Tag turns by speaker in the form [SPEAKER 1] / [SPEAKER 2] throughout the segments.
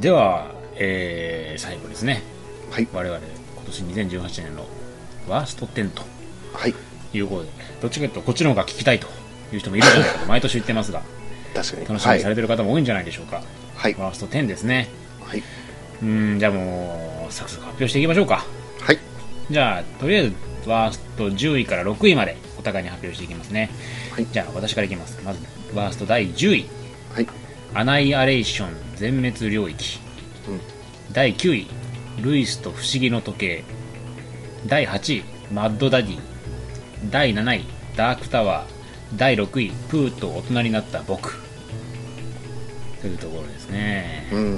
[SPEAKER 1] では、えー最後ですね
[SPEAKER 2] はい
[SPEAKER 1] 我々今年2018年のワースト10と
[SPEAKER 2] はい
[SPEAKER 1] いうことでどっちかというとこっちの方が聞きたいという人もいるんじゃないかと毎年言ってますが
[SPEAKER 2] 確かに
[SPEAKER 1] 楽しみにさ
[SPEAKER 2] は
[SPEAKER 1] れ
[SPEAKER 2] い
[SPEAKER 1] てる方も多いんじゃないでしょうか、
[SPEAKER 2] はい
[SPEAKER 1] ワースト10ですね
[SPEAKER 2] はい、
[SPEAKER 1] うんじゃあもうサクサク発表していきましょうか
[SPEAKER 2] はい、
[SPEAKER 1] じゃあとりあえずワースト10位から6位までお互いに発表していきますね、
[SPEAKER 2] はい
[SPEAKER 1] じゃあ私からいきますまずワースト第10位
[SPEAKER 2] はい
[SPEAKER 1] アナイアレーション全滅領域、
[SPEAKER 2] うん
[SPEAKER 1] 第9位ルイスと不思議の時計第8位マッドダディ第7位ダークタワー第6位プーと大人になった僕というところですね、
[SPEAKER 2] うん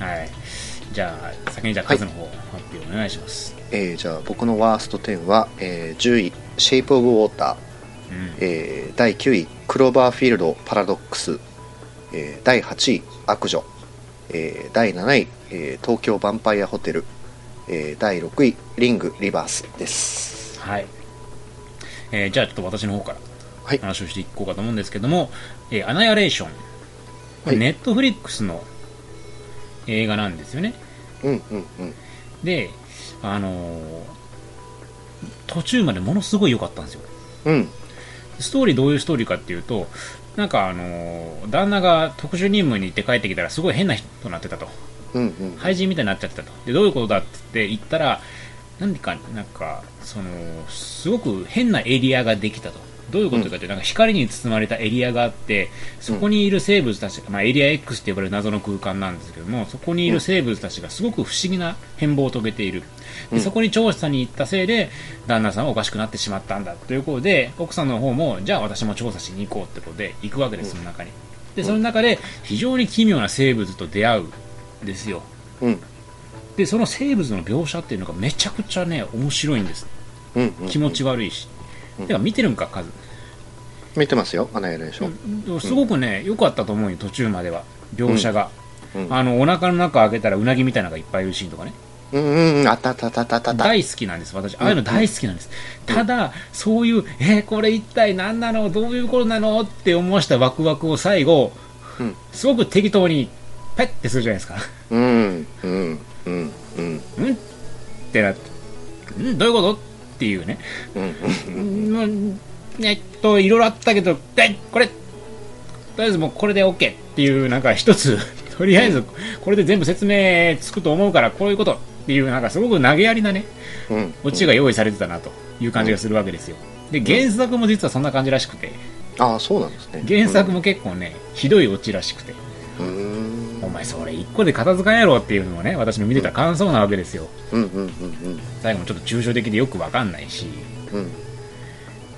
[SPEAKER 1] はいじゃあ先にじゃあ数の方、発表お願いします
[SPEAKER 2] えーじゃあ僕のワースト10は、えー10位「シェイプ・オブ・ウォーター」
[SPEAKER 1] うん
[SPEAKER 2] えー第9位「クローバーフィールド・パラドックス」えー第8位「悪女」えー第7位、えー東京ヴァンパイアホテル」えー第6位「リング・リバース」です
[SPEAKER 1] はい、えーじゃあちょっと私の方から
[SPEAKER 2] はい
[SPEAKER 1] 話をしていこうかと思うんですけども「えーアナヤレーション」こ
[SPEAKER 2] は
[SPEAKER 1] れ
[SPEAKER 2] い
[SPEAKER 1] ネットフリックスの映画なんですよね
[SPEAKER 2] うんうんうん
[SPEAKER 1] であのー途中までものすごい良かったんですよ
[SPEAKER 2] うん
[SPEAKER 1] ストーリーどういうストーリーかっていうとなんかあのー旦那が特殊任務に行って帰ってきたらすごい変な人になってたと
[SPEAKER 2] うんうん
[SPEAKER 1] 廃人みたいになっちゃってたとでどういうことだって言ったら何かなんかそのすごく変なエリアができたとどういうことかって、なんか光に包まれたエリアがあってそこにいる生物たち、まあ、エリア X って呼ばれる謎の空間なんですけどもそこにいる生物たちがすごく不思議な変貌を遂げているでそこに調査に行ったせいで旦那さんはおかしくなってしまったんだということで奥さんの方もじゃあ私も調査しに行こうってことで行くわけですその中にでその中で非常に奇妙な生物と出会うんですよ
[SPEAKER 2] うん
[SPEAKER 1] でその生物の描写っていうのがめちゃくちゃね面白いんです
[SPEAKER 2] うんうん
[SPEAKER 1] 気持ち悪いし、てか見てるんかカズ、
[SPEAKER 2] 見てますよ「アナエレーション」
[SPEAKER 1] すごくね良かったと思うよ途中までは描写が、
[SPEAKER 2] うんうん
[SPEAKER 1] あのお腹の中開けたらうなぎみたいなのがいっぱいいるシーンとかね
[SPEAKER 2] うんうんうんあったあったあったあったあった
[SPEAKER 1] 大好きなんです私ああいうの大好きなんです、ただそういうえーこれ一体何なのどういうことなのって思わせたワクワクを最後、
[SPEAKER 2] うん
[SPEAKER 1] すごく適当にペッてするじゃないですか
[SPEAKER 2] うんうんうんうん
[SPEAKER 1] うんってなってんどういうことっていうね
[SPEAKER 2] うん
[SPEAKER 1] うんえっと、いろいろあったけど、えこれ、とりあえずもうこれで OK っていう、なんか一つ、 とりあえずこれで全部説明つくと思うから、こういうことっていう、なんかすごく投げやりなね、
[SPEAKER 2] うん
[SPEAKER 1] オチが用意されてたなという感じがするわけですよ。で、原作も実はそんな感じらしくて、
[SPEAKER 2] ああそうなんですね
[SPEAKER 1] 原作も結構ね、ひどいオチらしくて、
[SPEAKER 2] うんうん
[SPEAKER 1] お前それ一個で片付かんやろっていうのもね、私の見てた感想なわけですよ。
[SPEAKER 2] うんうんうん
[SPEAKER 1] 最後もちょっと抽象的でよくわかんないし、
[SPEAKER 2] うん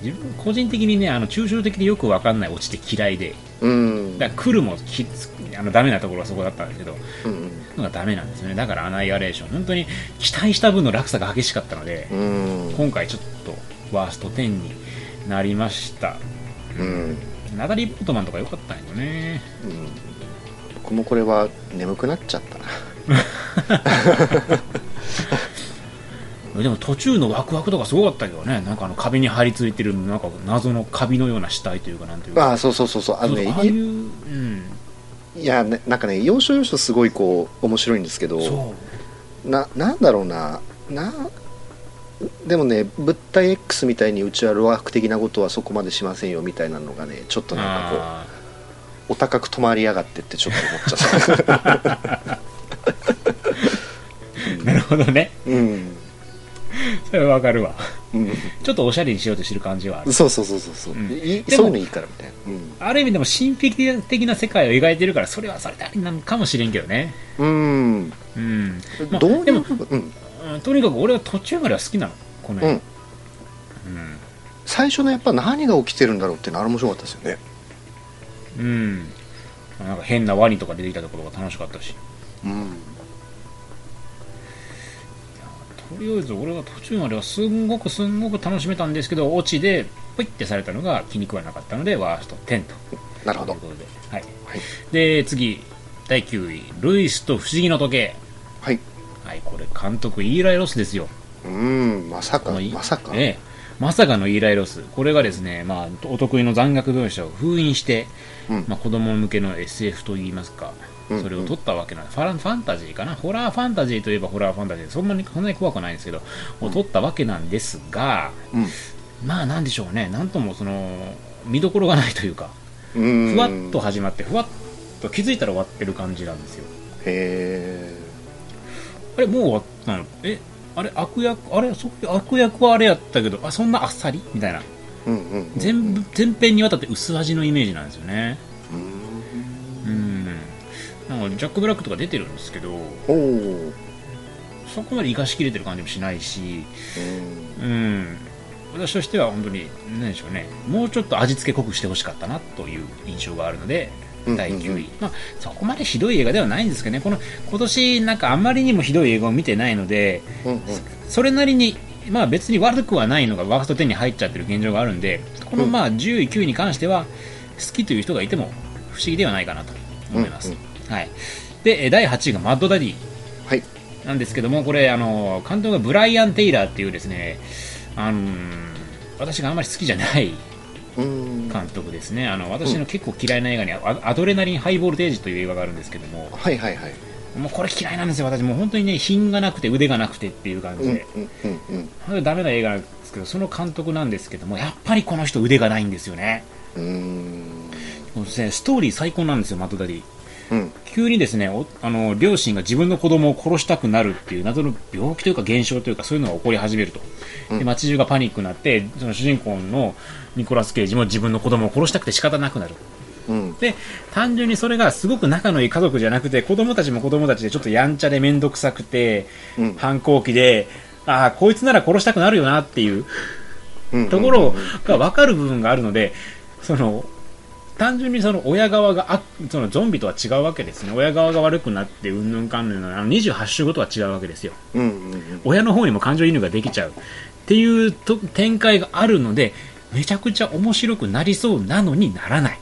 [SPEAKER 1] 自分個人的にね、あの抽象的でよくわかんないオチって嫌いで、
[SPEAKER 2] うん
[SPEAKER 1] だから来るもきつあのダメなところはそこだったんですけど、
[SPEAKER 2] うん
[SPEAKER 1] のがダメなんですよね。だからアナイアレーション、本当に期待した分の落差が激しかったので
[SPEAKER 2] う、ん
[SPEAKER 1] 今回ちょっとワースト10になりました。
[SPEAKER 2] うん
[SPEAKER 1] ナタリー・ポートマンとか良かったんよね。
[SPEAKER 2] うん僕もこれは眠くなっちゃったな
[SPEAKER 1] でも途中のワクワクとかすごかったけどね、なんかあの壁に張り付いてる、なんか謎のカビのような死体というか、なんていうか、
[SPEAKER 2] ああそうそうそうそうあのね
[SPEAKER 1] そうそうああいう、うん、
[SPEAKER 2] いいやねなんかね要所要所すごいこう面白いんですけど
[SPEAKER 1] そ
[SPEAKER 2] ななんだろうななでもね物体 X みたいにうちは老悪的なことはそこまでしませんよみたいなのがねちょっと
[SPEAKER 1] う。
[SPEAKER 2] なんかこ
[SPEAKER 1] あー
[SPEAKER 2] うお高く止まりやがってってちょっと思っちゃった
[SPEAKER 1] なるほどね。
[SPEAKER 2] うん、
[SPEAKER 1] それはわかるわ。
[SPEAKER 2] う
[SPEAKER 1] ちょっとおしゃれにしようとしてる感じはある
[SPEAKER 2] ん、。そうそうそうそうそう、
[SPEAKER 1] うん
[SPEAKER 2] いい
[SPEAKER 1] でも
[SPEAKER 2] そういうのいいからみたいな
[SPEAKER 1] ある意味でも神秘的な世界を描いてるからそれはそれでありなのかもしれんけどね
[SPEAKER 2] うん、
[SPEAKER 1] う
[SPEAKER 2] うん
[SPEAKER 1] ん、まあ
[SPEAKER 2] どういう
[SPEAKER 1] でも
[SPEAKER 2] 部分うん
[SPEAKER 1] うんとにかく俺は途中までは好きなのこの
[SPEAKER 2] う
[SPEAKER 1] 絵
[SPEAKER 2] ん、最初のやっぱ何が起きてるんだろうっていうのあれ面白かったですよね
[SPEAKER 1] うん、うん、なんか変なワニとか出てきたところが楽しかったし
[SPEAKER 2] うん
[SPEAKER 1] とりあえず俺は途中まではすんごくすんごく楽しめたんですけどオチでポイってされたのが気に食わなかったのでワースト10と
[SPEAKER 2] なるほど
[SPEAKER 1] ということで,、はい
[SPEAKER 2] はい
[SPEAKER 1] で次第9位「ルイスと不思議の時計
[SPEAKER 2] はい」
[SPEAKER 1] はいこれ監督イーライ・ロスですよ
[SPEAKER 2] うんまさか
[SPEAKER 1] このい
[SPEAKER 2] まさか、
[SPEAKER 1] ええまさかのイーライロス、これがですね、まあ、お得意の残虐描写を封印して、
[SPEAKER 2] うん
[SPEAKER 1] まあ、子供向けの SF といいますか、
[SPEAKER 2] うん
[SPEAKER 1] それを撮ったわけなんです、ファラファンタジーかなホラーファンタジーといえばホラーファンタジーでそんなにそんなに怖くないんですけど、を撮ったわけなんですが
[SPEAKER 2] うん
[SPEAKER 1] まあなんでしょうねなんともその見どころがないというか
[SPEAKER 2] うん
[SPEAKER 1] ふわっと始まってふわっと気づいたら終わってる感じなんですよ
[SPEAKER 2] へ
[SPEAKER 1] あれもう終わったのえあれ悪役あれそういう悪役はあれやったけどあそんなあっさりみたいな
[SPEAKER 2] えうんうんうん
[SPEAKER 1] 全部全編にわたって薄味のイメージなんですよね
[SPEAKER 2] うん
[SPEAKER 1] うんなんかジャック・ブラックとか出てるんですけど
[SPEAKER 2] おお
[SPEAKER 1] そこまで生かしきれてる感じもしないしうん私としては本当に何でしょうねもうちょっと味付け濃くしてほしかったなという印象があるので
[SPEAKER 2] うん
[SPEAKER 1] 第9位、
[SPEAKER 2] うんうん
[SPEAKER 1] まあ、そこまでひどい映画ではないんですけどねこの今年なんかあまりにもひどい映画を見てないので
[SPEAKER 2] うんうん
[SPEAKER 1] それなりに、まあ、別に悪くはないのがワースト10に入っちゃってる現状があるんでこの
[SPEAKER 2] うん
[SPEAKER 1] まあ10位9位に関しては好きという人がいても不思議ではないかなと思います、
[SPEAKER 2] うん
[SPEAKER 1] はい、でえー第8位がマッドダディ
[SPEAKER 2] はい
[SPEAKER 1] なんですけどもこれあの監督がブライアン・テイラーっていうですねあのー私があんまり好きじゃない
[SPEAKER 2] うんは
[SPEAKER 1] 監督ですねあの私の結構嫌いな映画にアアドレナリンハイボルテージという映画があるんですけども
[SPEAKER 2] いはいはい
[SPEAKER 1] もうこれ嫌いなんですよ私もう本当にね品がなくて腕がなくてっていう感
[SPEAKER 2] う
[SPEAKER 1] じ
[SPEAKER 2] ん
[SPEAKER 1] で、
[SPEAKER 2] うんうんうん
[SPEAKER 1] これダメな映画なんですけどその監督なんですけどもやっぱりこの人腕がないんですよね
[SPEAKER 2] うーん
[SPEAKER 1] もうですねストーリー最高なんですよマットダディ
[SPEAKER 2] うん
[SPEAKER 1] 急にですねおあの両親が自分の子供を殺したくなるっていう謎の病気というか現象というかそういうのが起こり始めると、で街中がパニックになってその主人公のニコラス・ケイジも自分の子供を殺したくて仕方なくなる
[SPEAKER 2] うん
[SPEAKER 1] で単純にそれがすごく仲のいい家族じゃなくて子供たちも子供たちでちょっとやんちゃで面倒くさくて、
[SPEAKER 2] うん
[SPEAKER 1] 反抗期でああこいつなら殺したくなるよなっていう
[SPEAKER 2] うん
[SPEAKER 1] ところが分かる部分があるので、その単純にその親側があそのゾンビとは違うわけですね親側が悪くなってうんぬんかんぬんのあの28週後とは違うわけですよ
[SPEAKER 2] うんうんうん
[SPEAKER 1] 親の方にも感情移入ができちゃうっていうと展開があるのでめちゃくちゃ面白くなりそうなのにならない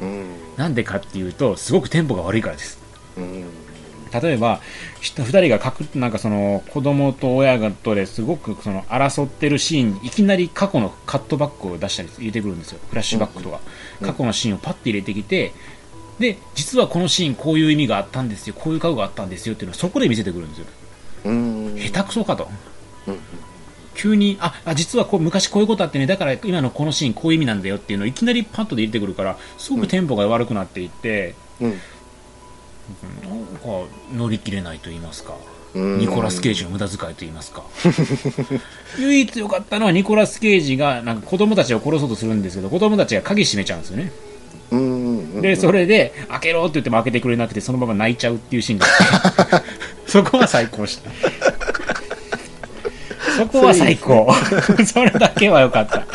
[SPEAKER 2] うん
[SPEAKER 1] なんでかっていうとすごくテンポが悪いからです
[SPEAKER 2] うん
[SPEAKER 1] 例えばひ二人がかくなんかその子供と親がとですごくその争ってるシーンにいきなり過去のカットバックを出したり入れてくるんですよフラッシュバックとか、
[SPEAKER 2] うん
[SPEAKER 1] 過去のシーンをパッて入れてきてで実はこのシーンこういう意味があったんですよこういう過去があったんですよっていうのをそこで見せてくるんですよ
[SPEAKER 2] うん
[SPEAKER 1] 下手くそかと
[SPEAKER 2] うん
[SPEAKER 1] 急にああ実はこう昔こういうことあってねだから今のこのシーンこういう意味なんだよっていうのをいきなりパッとで入れてくるからすごくテンポが悪くなっていって、
[SPEAKER 2] うん
[SPEAKER 1] なんか乗り切れないと言いますか
[SPEAKER 2] うん
[SPEAKER 1] ニコラス・ケイジの無駄遣いと言いますか 唯一良かったのはニコラス・ケイジがなんか子供たちを殺そうとするんですけど子供たちが鍵閉めちゃうんですよね
[SPEAKER 2] うんうんうん
[SPEAKER 1] でそれで開けろって言っても開けてくれなくてそのまま泣いちゃうっていうシーンが そこは最高で したそこは最高 それだけは良か った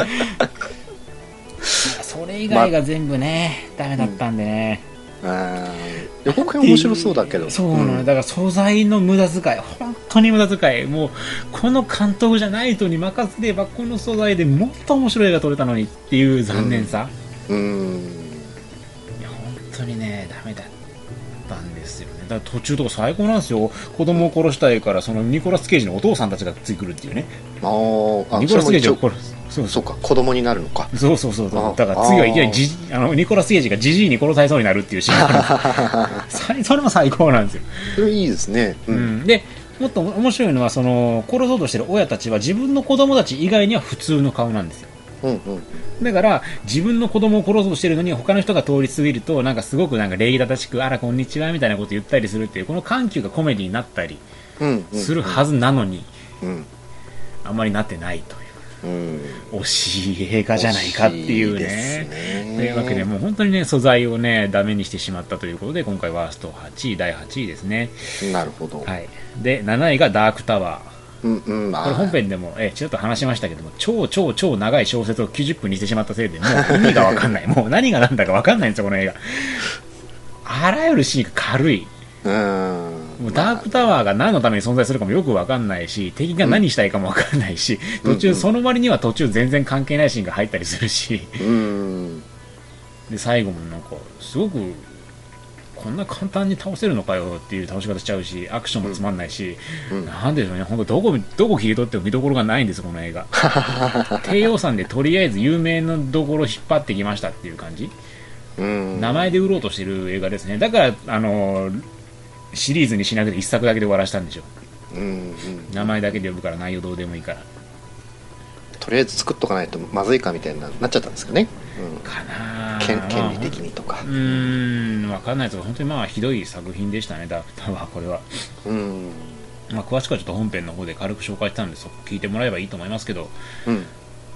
[SPEAKER 1] それ以外が全部ね、ダメだったんでね、
[SPEAKER 2] あー予告編面白そうだけど
[SPEAKER 1] そうなの、だから素材の無駄遣い本当に無駄遣いもうこの監督じゃない人に任せればこの素材でもっと面白い映画撮れたのにっていう残念さ、
[SPEAKER 2] うん
[SPEAKER 1] いや本当にねダメだったんですよねだから途中とか最高なんですよ子供を殺したいからそのニコラス・ケイジのお父さんたちがついてくるっていうね
[SPEAKER 2] あーあ
[SPEAKER 1] ニコ
[SPEAKER 2] それ
[SPEAKER 1] ラス・
[SPEAKER 2] も
[SPEAKER 1] ケイ
[SPEAKER 2] 一
[SPEAKER 1] ジを
[SPEAKER 2] 応
[SPEAKER 1] 殺すそうそ
[SPEAKER 2] そううか子供になるのか
[SPEAKER 1] そうそうそうそう
[SPEAKER 2] あ
[SPEAKER 1] だから次はいきな
[SPEAKER 2] あ
[SPEAKER 1] りじあのニコラス・ケイジがジジイに殺されそうになるっていうシーンがあるん です最それも最高なんですよ
[SPEAKER 2] それいいですねう
[SPEAKER 1] うんん、でもっと面白いのはその殺そうとしてる親たちは自分の子供たち以外には普通の顔なんですよ
[SPEAKER 2] うんうん
[SPEAKER 1] だから自分の子供を殺そうとしてるのに他の人が通り過ぎるとなんかすごくなんか礼儀正しくあらこんにちはみたいなこと言ったりするっていうこの緩急がコメディになったり
[SPEAKER 2] うんうん
[SPEAKER 1] するはずなのに
[SPEAKER 2] うん
[SPEAKER 1] あんまりなってないとい
[SPEAKER 2] うん
[SPEAKER 1] う惜しい映画じゃないかっていう
[SPEAKER 2] 惜
[SPEAKER 1] ね
[SPEAKER 2] しいですね
[SPEAKER 1] というわけでもう本当にね素材をねダメにしてしまったということで今回ワースト8位第8位ですね
[SPEAKER 2] なるほど
[SPEAKER 1] はいで7位がダークタワー
[SPEAKER 2] うんうん
[SPEAKER 1] これ本
[SPEAKER 2] あ
[SPEAKER 1] 編でも、えーちょっと話しましたけども、超超超長い小説を90分にしてしまったせいで、もう意味がわかんない。もう何が何だかわかんないんですよ、この映画。あらゆるシーンが軽い。
[SPEAKER 2] ーうん
[SPEAKER 1] もうダークタワーが何のために存在するかもよくわかんないし、敵が何したいかもわかんないし、途
[SPEAKER 2] う
[SPEAKER 1] 中、
[SPEAKER 2] んうん
[SPEAKER 1] その割には途中全然関係ないシーンが入ったりするし、
[SPEAKER 2] うん
[SPEAKER 1] で、最後もなんか、すごく、こんな簡単に倒せるのかよっていう倒し方しちゃうし、アクションもつまんないし、
[SPEAKER 2] うん
[SPEAKER 1] なんでしょうね、本当どこ、どこ切り取っても見どころがないんです、この 映画。低予算でとりあえず有名なところ引っ張ってきましたっていう感じ。
[SPEAKER 2] うん
[SPEAKER 1] 名前で売ろうとしてる映画ですねだからあのシリーズにしなくて1作だけで終わらしたんでしょ
[SPEAKER 2] うんうん
[SPEAKER 1] 名前だけで呼ぶから内容どうでもいいから
[SPEAKER 2] とりあえず作っとかないとまずいかみたいにななっちゃったんですかね、うん
[SPEAKER 1] かなあ
[SPEAKER 2] 権権
[SPEAKER 1] まあ
[SPEAKER 2] 利的にとか
[SPEAKER 1] うーん、わかんないですが、本当にまあひどい作品でしたね、 ダークタワー、これは。
[SPEAKER 2] うん
[SPEAKER 1] まあ、詳しくはちょっと本編の方で軽く紹介したんで、そこ聞いてもらえばいいと思いますけど、
[SPEAKER 2] うん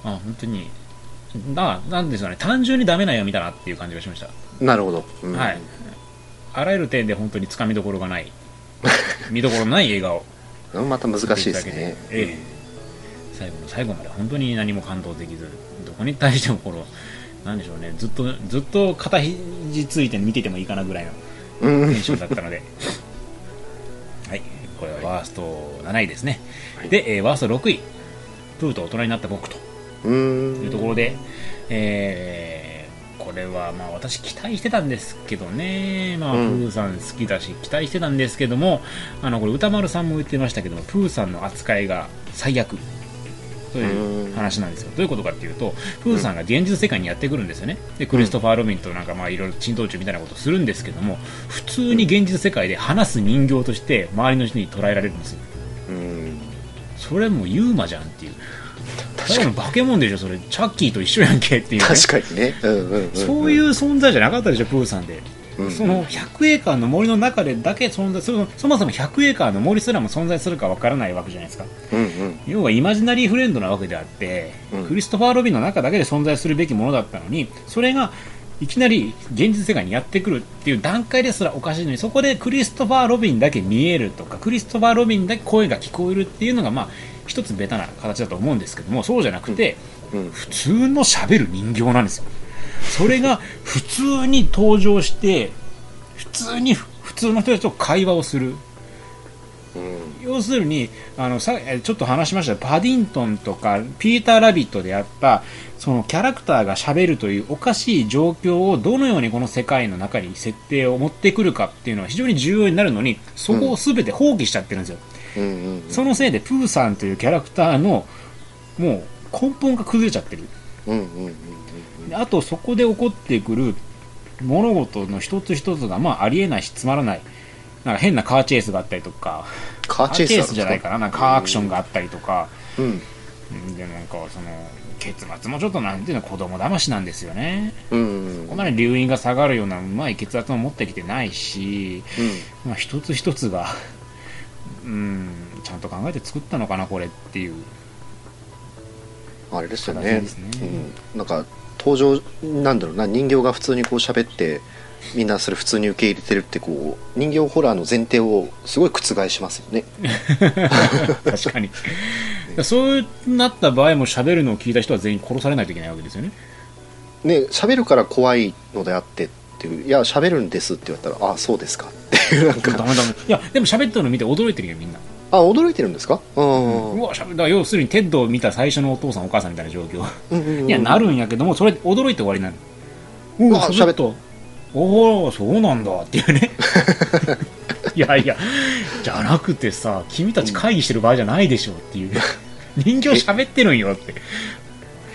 [SPEAKER 1] まあ、本当に、ななんですかね、単純にダメな映画見たなっていう感じがしました。
[SPEAKER 2] なるほど、うん
[SPEAKER 1] はい。あらゆる点で本当につかみどころが ない、見どころのない映画を
[SPEAKER 2] また難しいです
[SPEAKER 1] 見ていただけ
[SPEAKER 2] ね
[SPEAKER 1] てええ最後の最後まで本当に何も感動できず、どこに対してもこの、なんでしょうね、ずっと、ずっと肩肘ついて見ててもいいかなぐらいの。
[SPEAKER 2] うん
[SPEAKER 1] テンションだったので、はい、これはワースト7位ですね。
[SPEAKER 2] はい
[SPEAKER 1] で、えーワースト6位、プーと大人になった僕と
[SPEAKER 2] うん
[SPEAKER 1] いうところで、えーこれはまあ私期待してたんですけどね、まあ、プ
[SPEAKER 2] うん
[SPEAKER 1] ーさん好きだし、期待してたんですけども、あのこれ歌丸さんも言ってましたけども、プーさんの扱いが最悪という話なんですよ。どういうことかっていうと、プーさんが現実世界にやってくるんですよね。で、クリストファー・ロビンとなんかまあいろいろ珍道中みたいなことをするんですけども、普通に現実世界で話す人形として周りの人に捉えられるんですよ。
[SPEAKER 2] うん
[SPEAKER 1] それもうユーマじゃんっていう。確かに化け物でしょ、それ。チャッキーと一緒やんけっていう、ね。
[SPEAKER 2] 確かにね、うんうんうん、
[SPEAKER 1] そういう存在じゃなかったでしょ、プーさんで。
[SPEAKER 2] うん
[SPEAKER 1] その100エーカーの森の中でだけ存在するのそもそも100エーカーの森すらも存在するかわからないわけじゃないですか
[SPEAKER 2] うんうん
[SPEAKER 1] 要はイマジナリーフレンドなわけであって、
[SPEAKER 2] うん
[SPEAKER 1] クリストファー・ロビンの中だけで存在するべきものだったのにそれがいきなり現実世界にやってくるっていう段階ですらおかしいのにそこでクリストファー・ロビンだけ見えるとかクリストファー・ロビンだけ声が聞こえるっていうのがまあ一つベタな形だと思うんですけどもそうじゃなくて、
[SPEAKER 2] うん
[SPEAKER 1] 普通のしゃべる人形なんですよそれが普通に登場して普通に普通の人たちと会話をする
[SPEAKER 2] うん
[SPEAKER 1] 要するにあのさえちょっと話しましたパディントンとかピーター・ラビットであったそのキャラクターがしゃべるというおかしい状況をどのようにこの世界の中に設定を持ってくるかっていうのは非常に重要になるのにそこを全て放棄しちゃってるんですよ、
[SPEAKER 2] うんうん
[SPEAKER 1] そのせいでプーさんというキャラクターのもう根本が崩れちゃってる
[SPEAKER 2] うんうんうん
[SPEAKER 1] であとそこで起こってくる物事の一つ一つがまあありえないしつまらないなんか変なカーチェイスがあったりとか
[SPEAKER 2] カー
[SPEAKER 1] カー
[SPEAKER 2] チ
[SPEAKER 1] チ
[SPEAKER 2] ェ
[SPEAKER 1] ェイ
[SPEAKER 2] イスだ
[SPEAKER 1] スじゃないかななんかカーアクションがあったりとか、
[SPEAKER 2] うん
[SPEAKER 1] うんでなんかその結末もちょっとなんていうの子供騙しなんですよね
[SPEAKER 2] うん
[SPEAKER 1] こんなに留飲が下がるようなうまい血圧も持ってきてないし、
[SPEAKER 2] う
[SPEAKER 1] まあ、一つ一つが うんちゃんと考えて作ったのかなこれって いうん
[SPEAKER 2] あれですよ
[SPEAKER 1] 形
[SPEAKER 2] ね
[SPEAKER 1] ですね
[SPEAKER 2] うん、なんか登場なんだろうな人形が普通にこう喋ってみんなそれ普通に受け入れてるってこう人形ホラーの前提をすごい覆しますよね
[SPEAKER 1] 確かにそうなった場合も喋るのを聞いた人は全員殺されないといけないわけですよね
[SPEAKER 2] ね喋るから怖いのであってっていういや喋るんですって言われたらあそうですかっていうなん
[SPEAKER 1] ダメ
[SPEAKER 2] か
[SPEAKER 1] ダメいやでも喋ってるの見て驚いてるよみんな
[SPEAKER 2] あ驚いてるんですかう
[SPEAKER 1] うんわ喋るだから要するにテッドを見た最初のお父さんお母さんみたいな状況
[SPEAKER 2] うんうんう
[SPEAKER 1] い
[SPEAKER 2] ん
[SPEAKER 1] や、なるんやけども、それ、驚いて終わりなの。う
[SPEAKER 2] わ喋っ
[SPEAKER 1] と。おお、そうなんだっていう ね。いやいや、じゃなくてさ、君たち会議してる場合じゃないでしょっていう。人形喋ってるんよって。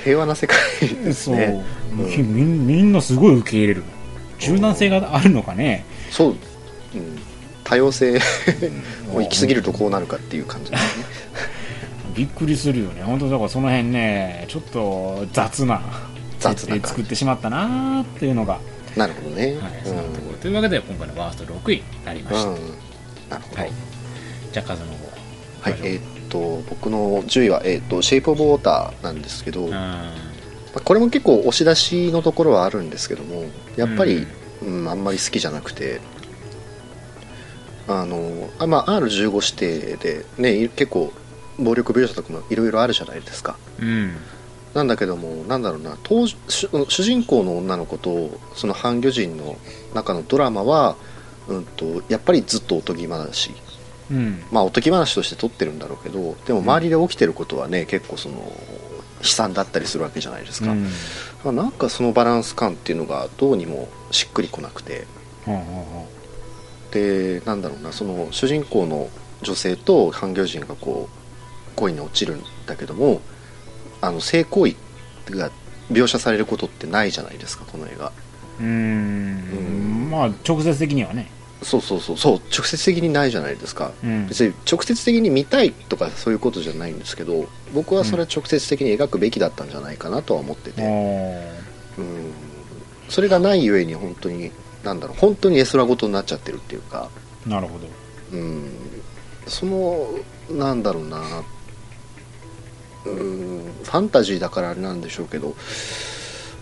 [SPEAKER 2] 平和な世界です
[SPEAKER 1] そう、
[SPEAKER 2] ね
[SPEAKER 1] みみみんなすごい受け入れる。柔軟性があるのかね。
[SPEAKER 2] そう、うん、多様性もう行き過ぎるとこうなるかっていう感じですね
[SPEAKER 1] びっくりするよね。本当だからその辺ね、ちょっと雑な。
[SPEAKER 2] 雑な感
[SPEAKER 1] 設
[SPEAKER 2] じ
[SPEAKER 1] 定作ってしまったなーっていうのが、は
[SPEAKER 2] なるほどね、
[SPEAKER 1] い、
[SPEAKER 2] う
[SPEAKER 1] そ
[SPEAKER 2] ん
[SPEAKER 1] んなところ。というわけで、今回のワースト6位になりました。
[SPEAKER 2] うんなるほど
[SPEAKER 1] は
[SPEAKER 2] はいい、。
[SPEAKER 1] じゃあ、カズの方。
[SPEAKER 2] えーっと僕の10位は、えーっと「シェイプ・オブ・ウォーター」なんですけど、まあこれも結構押し出しのところはあるんですけどもやっぱり、うんあんまり好きじゃなくてあのあ、まあ、R15 指定で、ね、い結構暴力描写とかもいろいろあるじゃないですか
[SPEAKER 1] うん。
[SPEAKER 2] なんだけどもなんだろうな当主主人公の女の子とその半魚人の中のドラマは、うん、とやっぱりずっとおとぎ話
[SPEAKER 1] うん。
[SPEAKER 2] まあおとぎ話として撮ってるんだろうけどでも周りで起きてることはね結構その悲惨だったりするわけじゃないですか、
[SPEAKER 1] うん。
[SPEAKER 2] まあなんかそのバランス感っていうのがどうにもしっくりこなくて
[SPEAKER 1] ほうほうほ
[SPEAKER 2] でなんだろうなその主人公の女性と半魚人がこう恋に落ちるんだけどもあの性行為が描写されることってないじゃないですかこの映画
[SPEAKER 1] ううーんまあ直接的にはね
[SPEAKER 2] そうそうそうそう直接的にないじゃないですか、
[SPEAKER 1] うん
[SPEAKER 2] 別に直接的に見たいとかそういうことじゃないんですけど僕はそれは直接的に描くべきだったんじゃないかなとは思って
[SPEAKER 1] お
[SPEAKER 2] て、
[SPEAKER 1] ー
[SPEAKER 2] うんそれがないゆえに本当になんだろう本当に絵空事になっちゃってるっていうか、
[SPEAKER 1] なるほど
[SPEAKER 2] うん、そのなんだろうな、うん、ファンタジーだからあれなんでしょうけどフ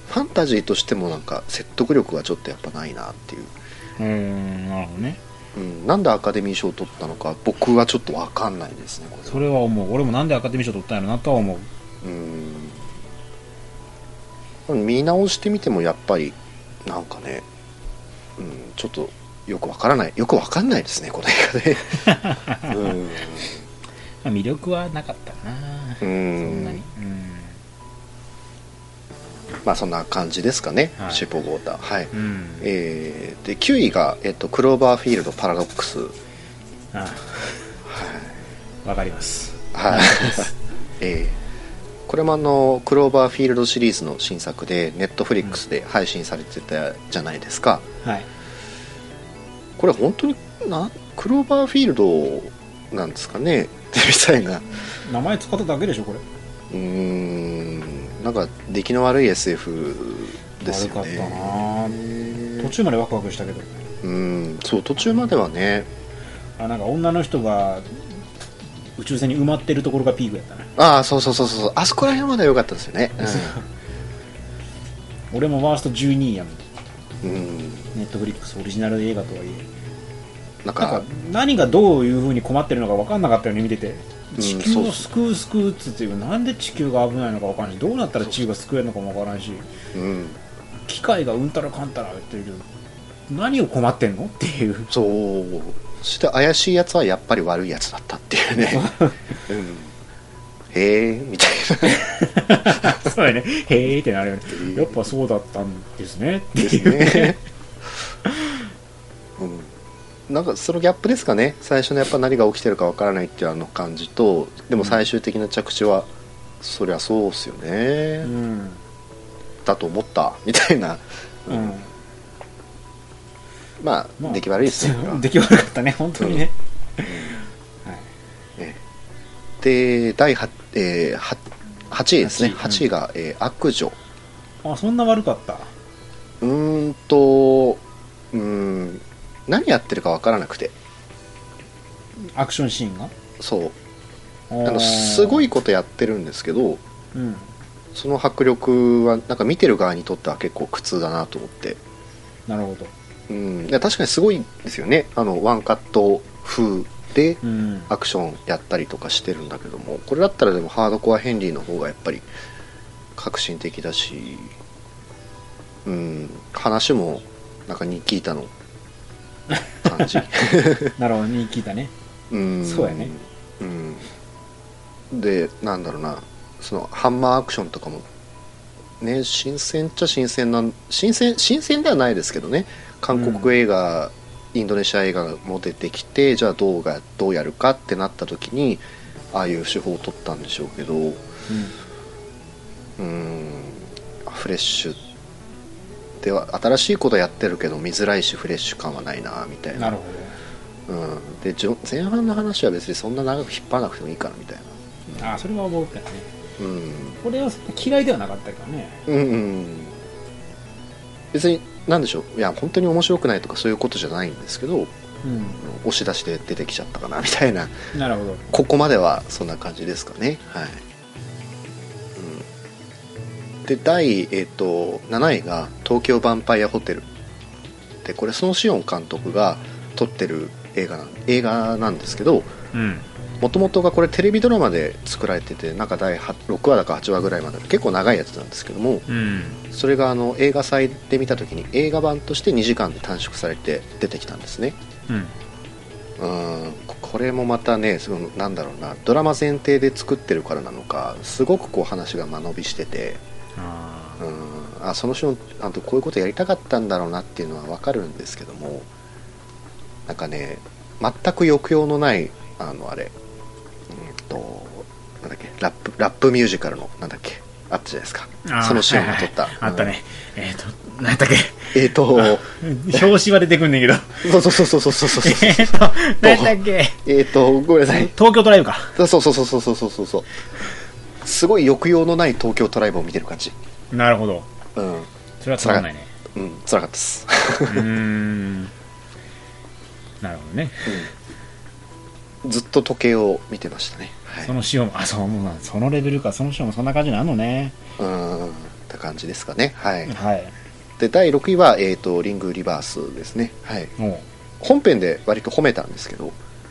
[SPEAKER 2] ァンタジーとしてもなんか説得力がちょっとやっぱないなっていう、
[SPEAKER 1] うーんなるほどね
[SPEAKER 2] うん、なんでアカデミー賞を取ったのか僕はちょっと分かんないですねこれは
[SPEAKER 1] それは思う俺もなんでアカデミー賞取ったんやろなとは思う
[SPEAKER 2] うん見直してみてもやっぱりなんかね、うん、ちょっとよくわからないよくわかんないですねこの 映画で
[SPEAKER 1] まあ魅力はなかったかな
[SPEAKER 2] う
[SPEAKER 1] そん
[SPEAKER 2] んう
[SPEAKER 1] なに
[SPEAKER 2] んまあそんな感じですかね、
[SPEAKER 1] はい
[SPEAKER 2] シェポゴータはい、
[SPEAKER 1] うん、うん、
[SPEAKER 2] えーで9位が、えっと、クローバーフィールド・パラドックス
[SPEAKER 1] ああわかります
[SPEAKER 2] はい、 えーこれもあのクローバーフィールドシリーズの新作でネットフリックスで配信されてたじゃないですか、
[SPEAKER 1] はい
[SPEAKER 2] これ本当になクローバーフィールドなんですかね みたいなう
[SPEAKER 1] 名前使っただけでしょこれ
[SPEAKER 2] ーんなんか出来の悪い SF ですよ
[SPEAKER 1] 悪かった
[SPEAKER 2] ね
[SPEAKER 1] な途中までワクワクしたけど
[SPEAKER 2] うんそう途中まではね
[SPEAKER 1] あなんか女の人が宇宙船に埋まってるところがピークやったな
[SPEAKER 2] ああそうそうそうそうあそこら辺までは良かったですよね、
[SPEAKER 1] 俺もワースト12位やもん
[SPEAKER 2] うん、うん
[SPEAKER 1] ネットフリックスオリジナル映画とはいえ
[SPEAKER 2] なんか
[SPEAKER 1] なんか何がどういうふうに困ってるのか分かんなかったよね見てて
[SPEAKER 2] うん
[SPEAKER 1] 地球
[SPEAKER 2] そう
[SPEAKER 1] を救う救うっつってなんで地球が危ないのか分からんしどうなったら地球が救えるのかも分からんし
[SPEAKER 2] うん
[SPEAKER 1] 機械がうんたらかんたら言ってるけど何を困ってんのっていう
[SPEAKER 2] そうそして怪しいやつはやっぱり悪いやつだったっていうね、 うん、へえみたい
[SPEAKER 1] そうやね。へーってなるよね
[SPEAKER 2] うん。
[SPEAKER 1] やっぱそうだったんですね。って
[SPEAKER 2] なです
[SPEAKER 1] いう。
[SPEAKER 2] ね、うん、なんかそのギャップですかね最初のやっぱ何が起きてるかわからないっていうあの感じとでも最終的な着地は、そりゃそうっすよね、
[SPEAKER 1] うん。
[SPEAKER 2] だと思ったみたいな、
[SPEAKER 1] う
[SPEAKER 2] うん
[SPEAKER 1] ん。
[SPEAKER 2] まあ、出来悪いですねこれ は
[SPEAKER 1] 出来悪かったね、本当にね。はい
[SPEAKER 2] で第 8,、えーは8位ですね
[SPEAKER 1] 8位うん
[SPEAKER 2] 8位が、えー悪女
[SPEAKER 1] あ、そんな悪かった。
[SPEAKER 2] うーんとうーん何やってるかわからなくて
[SPEAKER 1] アクションシーンが。
[SPEAKER 2] そう
[SPEAKER 1] あ
[SPEAKER 2] あ
[SPEAKER 1] ー
[SPEAKER 2] のすごい。ことやってるんですけど
[SPEAKER 1] うん。
[SPEAKER 2] その迫力はなんか見てる側にとっては結構苦痛だなと思って
[SPEAKER 1] なるほど。
[SPEAKER 2] うんいや確かにすごいですよねあのワンカット風で
[SPEAKER 1] うん。
[SPEAKER 2] アクションやったりとかしてるんだけどもこれだったらでもハードコアヘンリーの方がやっぱり革新的だしうん話もなんかニキータの 感じ
[SPEAKER 1] なるほど、に聞いたね。
[SPEAKER 2] うん
[SPEAKER 1] そうやね
[SPEAKER 2] うんでなんだろうなそのハンマーアクションとかもね新鮮っちゃ新鮮なん新鮮新鮮ではないですけどね韓国映画、インドネシア映画も出てきてじゃあどうがどうやるかってなった時にああいう手法を取ったんでしょうけどうーんフレッシュでは新しいことやってるけど見づらいしフレッシュ感はないなみた
[SPEAKER 1] う
[SPEAKER 2] い
[SPEAKER 1] ん。
[SPEAKER 2] な
[SPEAKER 1] なるほ
[SPEAKER 2] うん、でじょ前半の話は別にそんな長く引っ張らなくてもいいからみたいな、
[SPEAKER 1] ど。あ、それは思うけどね。
[SPEAKER 2] うん、
[SPEAKER 1] 俺は嫌いではなかったけどね。
[SPEAKER 2] うんうん別に何でしょういや本当に面白くないとかそういうことじゃないんですけど
[SPEAKER 1] う。
[SPEAKER 2] 押し出しで出てきちゃったかなみたいなん
[SPEAKER 1] なるほど。
[SPEAKER 2] ここまではそんな感じですかねはい、うん、で第、えっと7位が「東京ヴァンパイアホテル」でこれソン・シオン監督が撮ってる映画なん映画なんですけど、
[SPEAKER 1] うん。
[SPEAKER 2] もともとがこれテレビドラマで作られててなんか第6話だか8話ぐらいまで結構長いやつなんですけども
[SPEAKER 1] うん。
[SPEAKER 2] それがあの映画祭で見た時に映画版として2時間で短縮されて出てきたんですね
[SPEAKER 1] うん。
[SPEAKER 2] うーんこれもまたねそのなんだろうなドラマ前提で作ってるからなのかすごくこう話が間延びしてて
[SPEAKER 1] あ
[SPEAKER 2] うーんあその人あとこういうことやりたかったんだろうなっていうのは分かるんですけどもなんかね全く抑揚のないあのあれうんとなんだっけラップラップミュージカルのなんだっけあったじゃないですか
[SPEAKER 1] あー
[SPEAKER 2] そのシーンを撮った、
[SPEAKER 1] はい はいあったね。えっ、と、なんだっけ。
[SPEAKER 2] えっ、と
[SPEAKER 1] 表紙は出てくんねんけど。
[SPEAKER 2] そうそうそうそうそうそ うそう
[SPEAKER 1] え っと、なんだっけ。
[SPEAKER 2] えっ、とごめんなさい
[SPEAKER 1] 東京ドライブか。
[SPEAKER 2] そうそうそうそうそうそうそうそうすごい抑揚のない東京トライブを見てる感じ
[SPEAKER 1] なるほど。
[SPEAKER 2] うん
[SPEAKER 1] それはつまんないね。
[SPEAKER 2] うん辛かったです
[SPEAKER 1] うーん。なるほどね。
[SPEAKER 2] ずっと時計を見てましたねは
[SPEAKER 1] そ
[SPEAKER 2] い
[SPEAKER 1] の塩も、あ、そう、もうなそのレベルか、その塩もそんな感じなのね。
[SPEAKER 2] うんって感じですかねはい
[SPEAKER 1] はい。
[SPEAKER 2] で第6位は、えーと「リング・リバース」ですね、はい、
[SPEAKER 1] も
[SPEAKER 2] 本編で割と褒めたんですけど、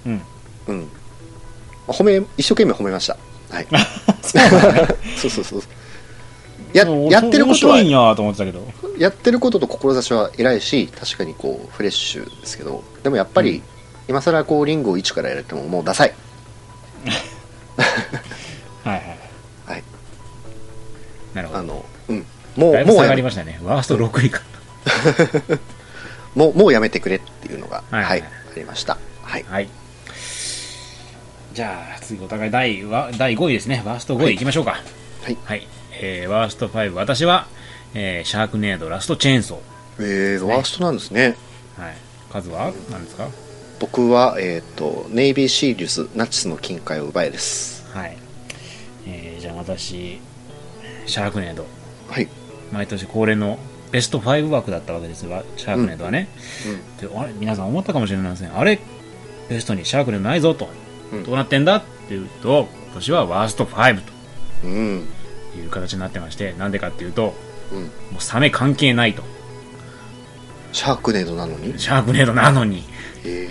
[SPEAKER 1] う。うん。
[SPEAKER 2] うん、褒め一生懸命褒めました、はい、
[SPEAKER 1] そうだね。
[SPEAKER 2] そうそうそうや
[SPEAKER 1] もう
[SPEAKER 2] やってること
[SPEAKER 1] 面白
[SPEAKER 2] はい
[SPEAKER 1] んやと思ってたけど。
[SPEAKER 2] やってることと志は偉いし確かにこうフレッシュですけどでもやっぱり、
[SPEAKER 1] うん
[SPEAKER 2] 今更こうリングを一からやられてももうダサい、
[SPEAKER 1] はいはい。
[SPEAKER 2] はい、
[SPEAKER 1] なるほ
[SPEAKER 2] あ
[SPEAKER 1] ど。
[SPEAKER 2] の、うん、も
[SPEAKER 1] だいうぶ
[SPEAKER 2] も
[SPEAKER 1] 下
[SPEAKER 2] うや
[SPEAKER 1] がり
[SPEAKER 2] め
[SPEAKER 1] ましたね。ワースト6位か。
[SPEAKER 2] もうもうやめてくれっていうのが、
[SPEAKER 1] は
[SPEAKER 2] はいい
[SPEAKER 1] はい
[SPEAKER 2] ありました、はい
[SPEAKER 1] はい。じゃあ、次お互い第わ第5位ですね。ワースト5
[SPEAKER 2] は
[SPEAKER 1] 位
[SPEAKER 2] い
[SPEAKER 1] いきましょうか。
[SPEAKER 2] はい、
[SPEAKER 1] はい。えー、ワースト5、私は、えーシャークネード、ラストチェーンソ
[SPEAKER 2] えー、ワーストなんですね
[SPEAKER 1] ー。はい。数は何ですか
[SPEAKER 2] 僕は、えー、とネイビーシーリウスナチスの金塊を奪えです
[SPEAKER 1] はい。えー、じゃあ私、シャークネード。
[SPEAKER 2] はい、
[SPEAKER 1] 毎年恒例のベスト5枠だったわけですわシャークネードはね。であれ皆さん思ったかもしれませんあれベストにシャークネードないぞと、
[SPEAKER 2] うん
[SPEAKER 1] どうなってんだっていうと今年はワースト5と
[SPEAKER 2] うんうん
[SPEAKER 1] いう形になってましてなんでかっていうと
[SPEAKER 2] うん
[SPEAKER 1] もうサメ関係ないと
[SPEAKER 2] シャークネードなのに
[SPEAKER 1] シャークネードなのに
[SPEAKER 2] え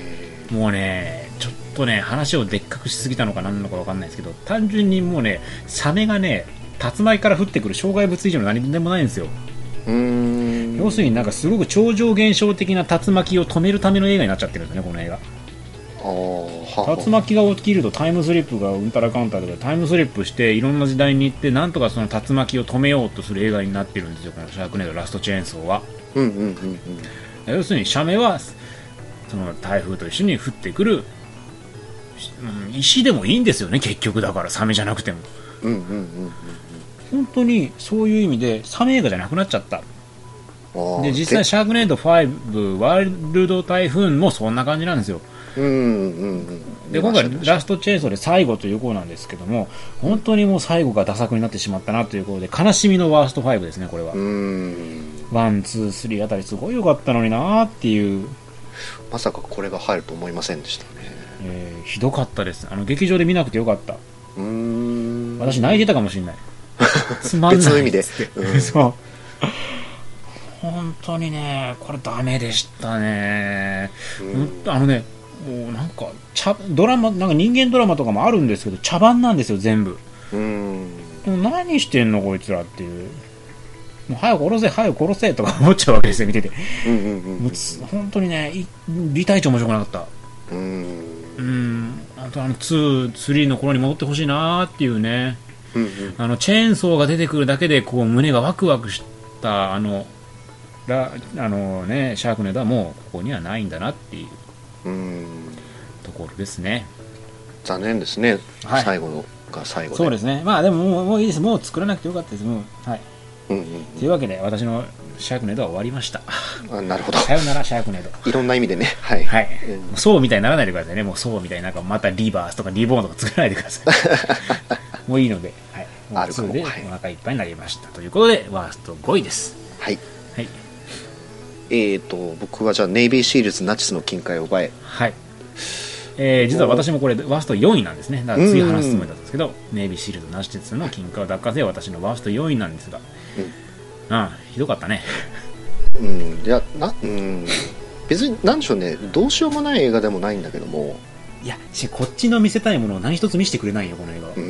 [SPEAKER 1] もうねちょっとね話をでっかくしすぎたのか何なのか分かんないですけど単純にもうねサメがね竜巻から降ってくる障害物以上の何でもないんですよ、
[SPEAKER 2] ー、うーん
[SPEAKER 1] 要するになんかすごく超常現象的な竜巻を止めるための映画になっちゃってるんですよねこの映画
[SPEAKER 2] あーは
[SPEAKER 1] 竜巻が起きるとタイムスリップがうんたらかんたらでタイムスリップしていろんな時代に行ってなんとかその竜巻を止めようとする映画になってるんですよこの「シャークネードラストチェーンソーは」
[SPEAKER 2] うんうんうんうん
[SPEAKER 1] 要するにシャメはその台風と一緒に降ってくる、うん石でもいいんですよね結局だからサメじゃなくても
[SPEAKER 2] うんうんうん
[SPEAKER 1] 本当にそういう意味でサメ映画じゃなくなっちゃった
[SPEAKER 2] うんあー
[SPEAKER 1] で実際シャークネード5ワールド台風もそんな感じなんですよ
[SPEAKER 2] うんうんうんうん
[SPEAKER 1] で今回、ラストチェーンソーで最後という項なんですけども、本当にもう最後がダサくになってしまったなということで、悲しみのワースト5ですね、これは
[SPEAKER 2] う。ーん
[SPEAKER 1] ワン、ツー、スリーあたり、すごい良かったのになーっていう、
[SPEAKER 2] まさかこれが入ると思いませんでしたね
[SPEAKER 1] えーひどかったです。あの、劇場で見なくてよかった。
[SPEAKER 2] うーん
[SPEAKER 1] 私、泣いてたかもしれない。つまんない。
[SPEAKER 2] 別の意味で
[SPEAKER 1] つって
[SPEAKER 2] う ん
[SPEAKER 1] そう。本当にね、これダメでしたね。
[SPEAKER 2] うん
[SPEAKER 1] あのね、もうなんか、茶、ドラマ、なんか人間ドラマとかもあるんですけど、茶番なんですよ、全部。
[SPEAKER 2] うーん
[SPEAKER 1] もう何してんのこいつらっていう。もう早く殺せ、早く殺せとか思っちゃうわけですよ、見てて。
[SPEAKER 2] うんうんうん
[SPEAKER 1] もうつ本当にね、い理隊長面白くなかった。
[SPEAKER 2] うん
[SPEAKER 1] う
[SPEAKER 2] うん
[SPEAKER 1] ん、あとあの2、3の頃に戻ってほしいなーっていうね。
[SPEAKER 2] うんうん
[SPEAKER 1] あの、チェーンソーが出てくるだけで、こう、胸がワクワクした、あの、ラあのね、シャークネードはもうここにはないんだなっていう
[SPEAKER 2] うん
[SPEAKER 1] ところですね。
[SPEAKER 2] 残念ですね
[SPEAKER 1] はい
[SPEAKER 2] 最後のが最後
[SPEAKER 1] そうですすね。まあでももうもういいです。もう作らなくてよかったです。もう。はい。
[SPEAKER 2] うんうん
[SPEAKER 1] というわけで、私のシャークネードは終わりました。
[SPEAKER 2] あなるほど
[SPEAKER 1] さよなら、シャークネード。
[SPEAKER 2] いろんな意味でねはい
[SPEAKER 1] はい
[SPEAKER 2] うん。
[SPEAKER 1] そうみたいにならないでくださいね。もうそうみたいになんかまたリバースとかリボーンとか作らないでくださ い。もういいので、はい。も
[SPEAKER 2] あ
[SPEAKER 1] う
[SPEAKER 2] るかも
[SPEAKER 1] 2でお
[SPEAKER 2] はい
[SPEAKER 1] 腹いっぱいになりました。ということで、ワースト5位です。
[SPEAKER 2] はい
[SPEAKER 1] はい。
[SPEAKER 2] えーと僕はじゃあネイビーシールズナチスの金塊を奪え
[SPEAKER 1] はい。えー、実は私もこれ、ワースト4位なんですね。だから次話すつもりだったんですけど、ネイビーシールドナシテツの金貨を奪還せよ私のワースト4位なんですが、うん、ひどかったね。
[SPEAKER 2] うんいやなうん別に何でしょうねどうしようもない映画でもないんだけども
[SPEAKER 1] いや、しこっちの見せたいものを何一つ見せてくれないよ、この映画は
[SPEAKER 2] う。ー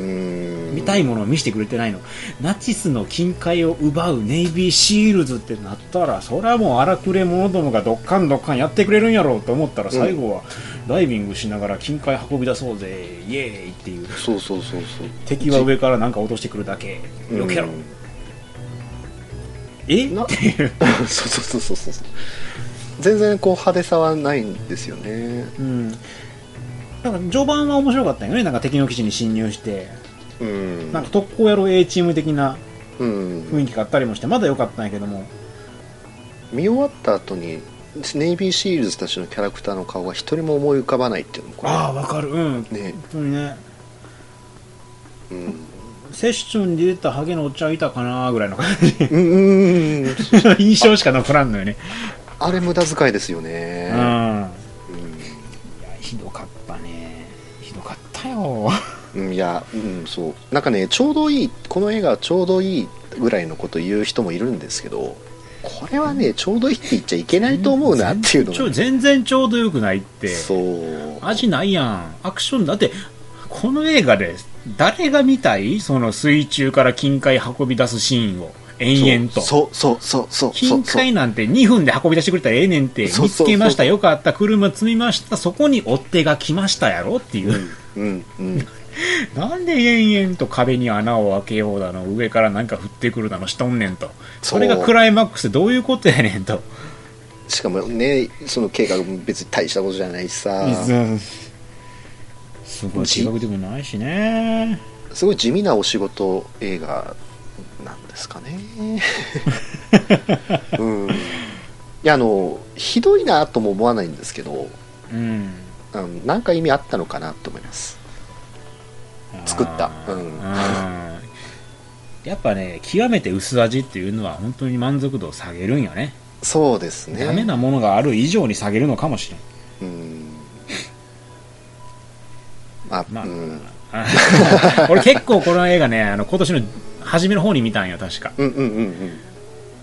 [SPEAKER 2] ん
[SPEAKER 1] 見たいものを見せてくれてないの、ナチスの金塊を奪うネイビーシールズってなったらそれはもう荒くれ者どもがどっかんどっかんやってくれるんやろうと思ったら最後はダイビングしながら金塊運び出そうぜイエーイっていう
[SPEAKER 2] そうそうそうそう
[SPEAKER 1] 敵は上からなんか落としてくるだけよけろ、
[SPEAKER 2] うん
[SPEAKER 1] え
[SPEAKER 2] な
[SPEAKER 1] っていう、
[SPEAKER 2] そうそうそうそうそう全然こう派手さはないんですよね
[SPEAKER 1] うん、なんか序盤は面白かったよねなんか敵の基地に侵入して
[SPEAKER 2] うん
[SPEAKER 1] なんか特攻野郎 A チーム的な
[SPEAKER 2] うん
[SPEAKER 3] 雰囲気買ったりもしてまだ良かったんやけども
[SPEAKER 2] 見終わった後にネイビーシールズたちのキャラクターの顔が一人も思い浮かばないっていうのもこれ
[SPEAKER 3] ああわかるうん本
[SPEAKER 2] ね
[SPEAKER 3] 当にね
[SPEAKER 2] うん
[SPEAKER 3] セッションで出たハゲのおっちゃんいたかなーぐらいの感 じ
[SPEAKER 2] うんうんうん
[SPEAKER 3] 印象しか残らんのよね
[SPEAKER 2] あれ無駄遣いですよ
[SPEAKER 3] うん
[SPEAKER 2] ね
[SPEAKER 3] いや
[SPEAKER 2] うん
[SPEAKER 3] ひどかったねひどかったよ
[SPEAKER 2] うんいや、うん、そうなんかねちょうどいいこの映画はちょうどいいぐらいのこと言う人もいるんですけどこれはねちょうどいいって言っちゃいけないと思うなっていうの
[SPEAKER 1] ちょ
[SPEAKER 2] が
[SPEAKER 1] 全然ちょうどよくないって
[SPEAKER 2] そう
[SPEAKER 1] 味ないやんアクションだってこの映画で誰が見たいその水中から金塊運び出すシーンを延々と
[SPEAKER 2] そうそうそうそうそう
[SPEAKER 1] 金塊なんて2分で運び出してくれたらええねんって
[SPEAKER 2] そう
[SPEAKER 1] 見つ
[SPEAKER 2] そうそう
[SPEAKER 1] けましたよかった車積みましたそこに追っ手が来ましたやろっていう
[SPEAKER 2] うんうん
[SPEAKER 1] なんで延々と壁に穴を開けようだの上からなんか降ってくるだのしとんねんと
[SPEAKER 2] そ
[SPEAKER 1] そ
[SPEAKER 2] う
[SPEAKER 1] れがクライマックスでどういうことやねんと
[SPEAKER 2] しかもねその計画も別に大したことじゃないしさ
[SPEAKER 1] すごい計画でもないしね
[SPEAKER 2] すごい地味なお仕事映画なんですかね うんいやあのひどいなとも思わないんですけど
[SPEAKER 1] うん
[SPEAKER 2] うん、なんか意味あったのかなと思います作った
[SPEAKER 1] あー
[SPEAKER 2] うん
[SPEAKER 1] うんやっぱね極めて薄味っていうのは本当に満足度を下げるんよね
[SPEAKER 2] そうですね
[SPEAKER 1] ダメなものがある以上に下げるのかもしれん
[SPEAKER 2] うんまあ、
[SPEAKER 1] まあ
[SPEAKER 2] うん、
[SPEAKER 1] あ俺結構この映画ねあの今年の初めの方に見たんよ確か
[SPEAKER 2] うんうんうん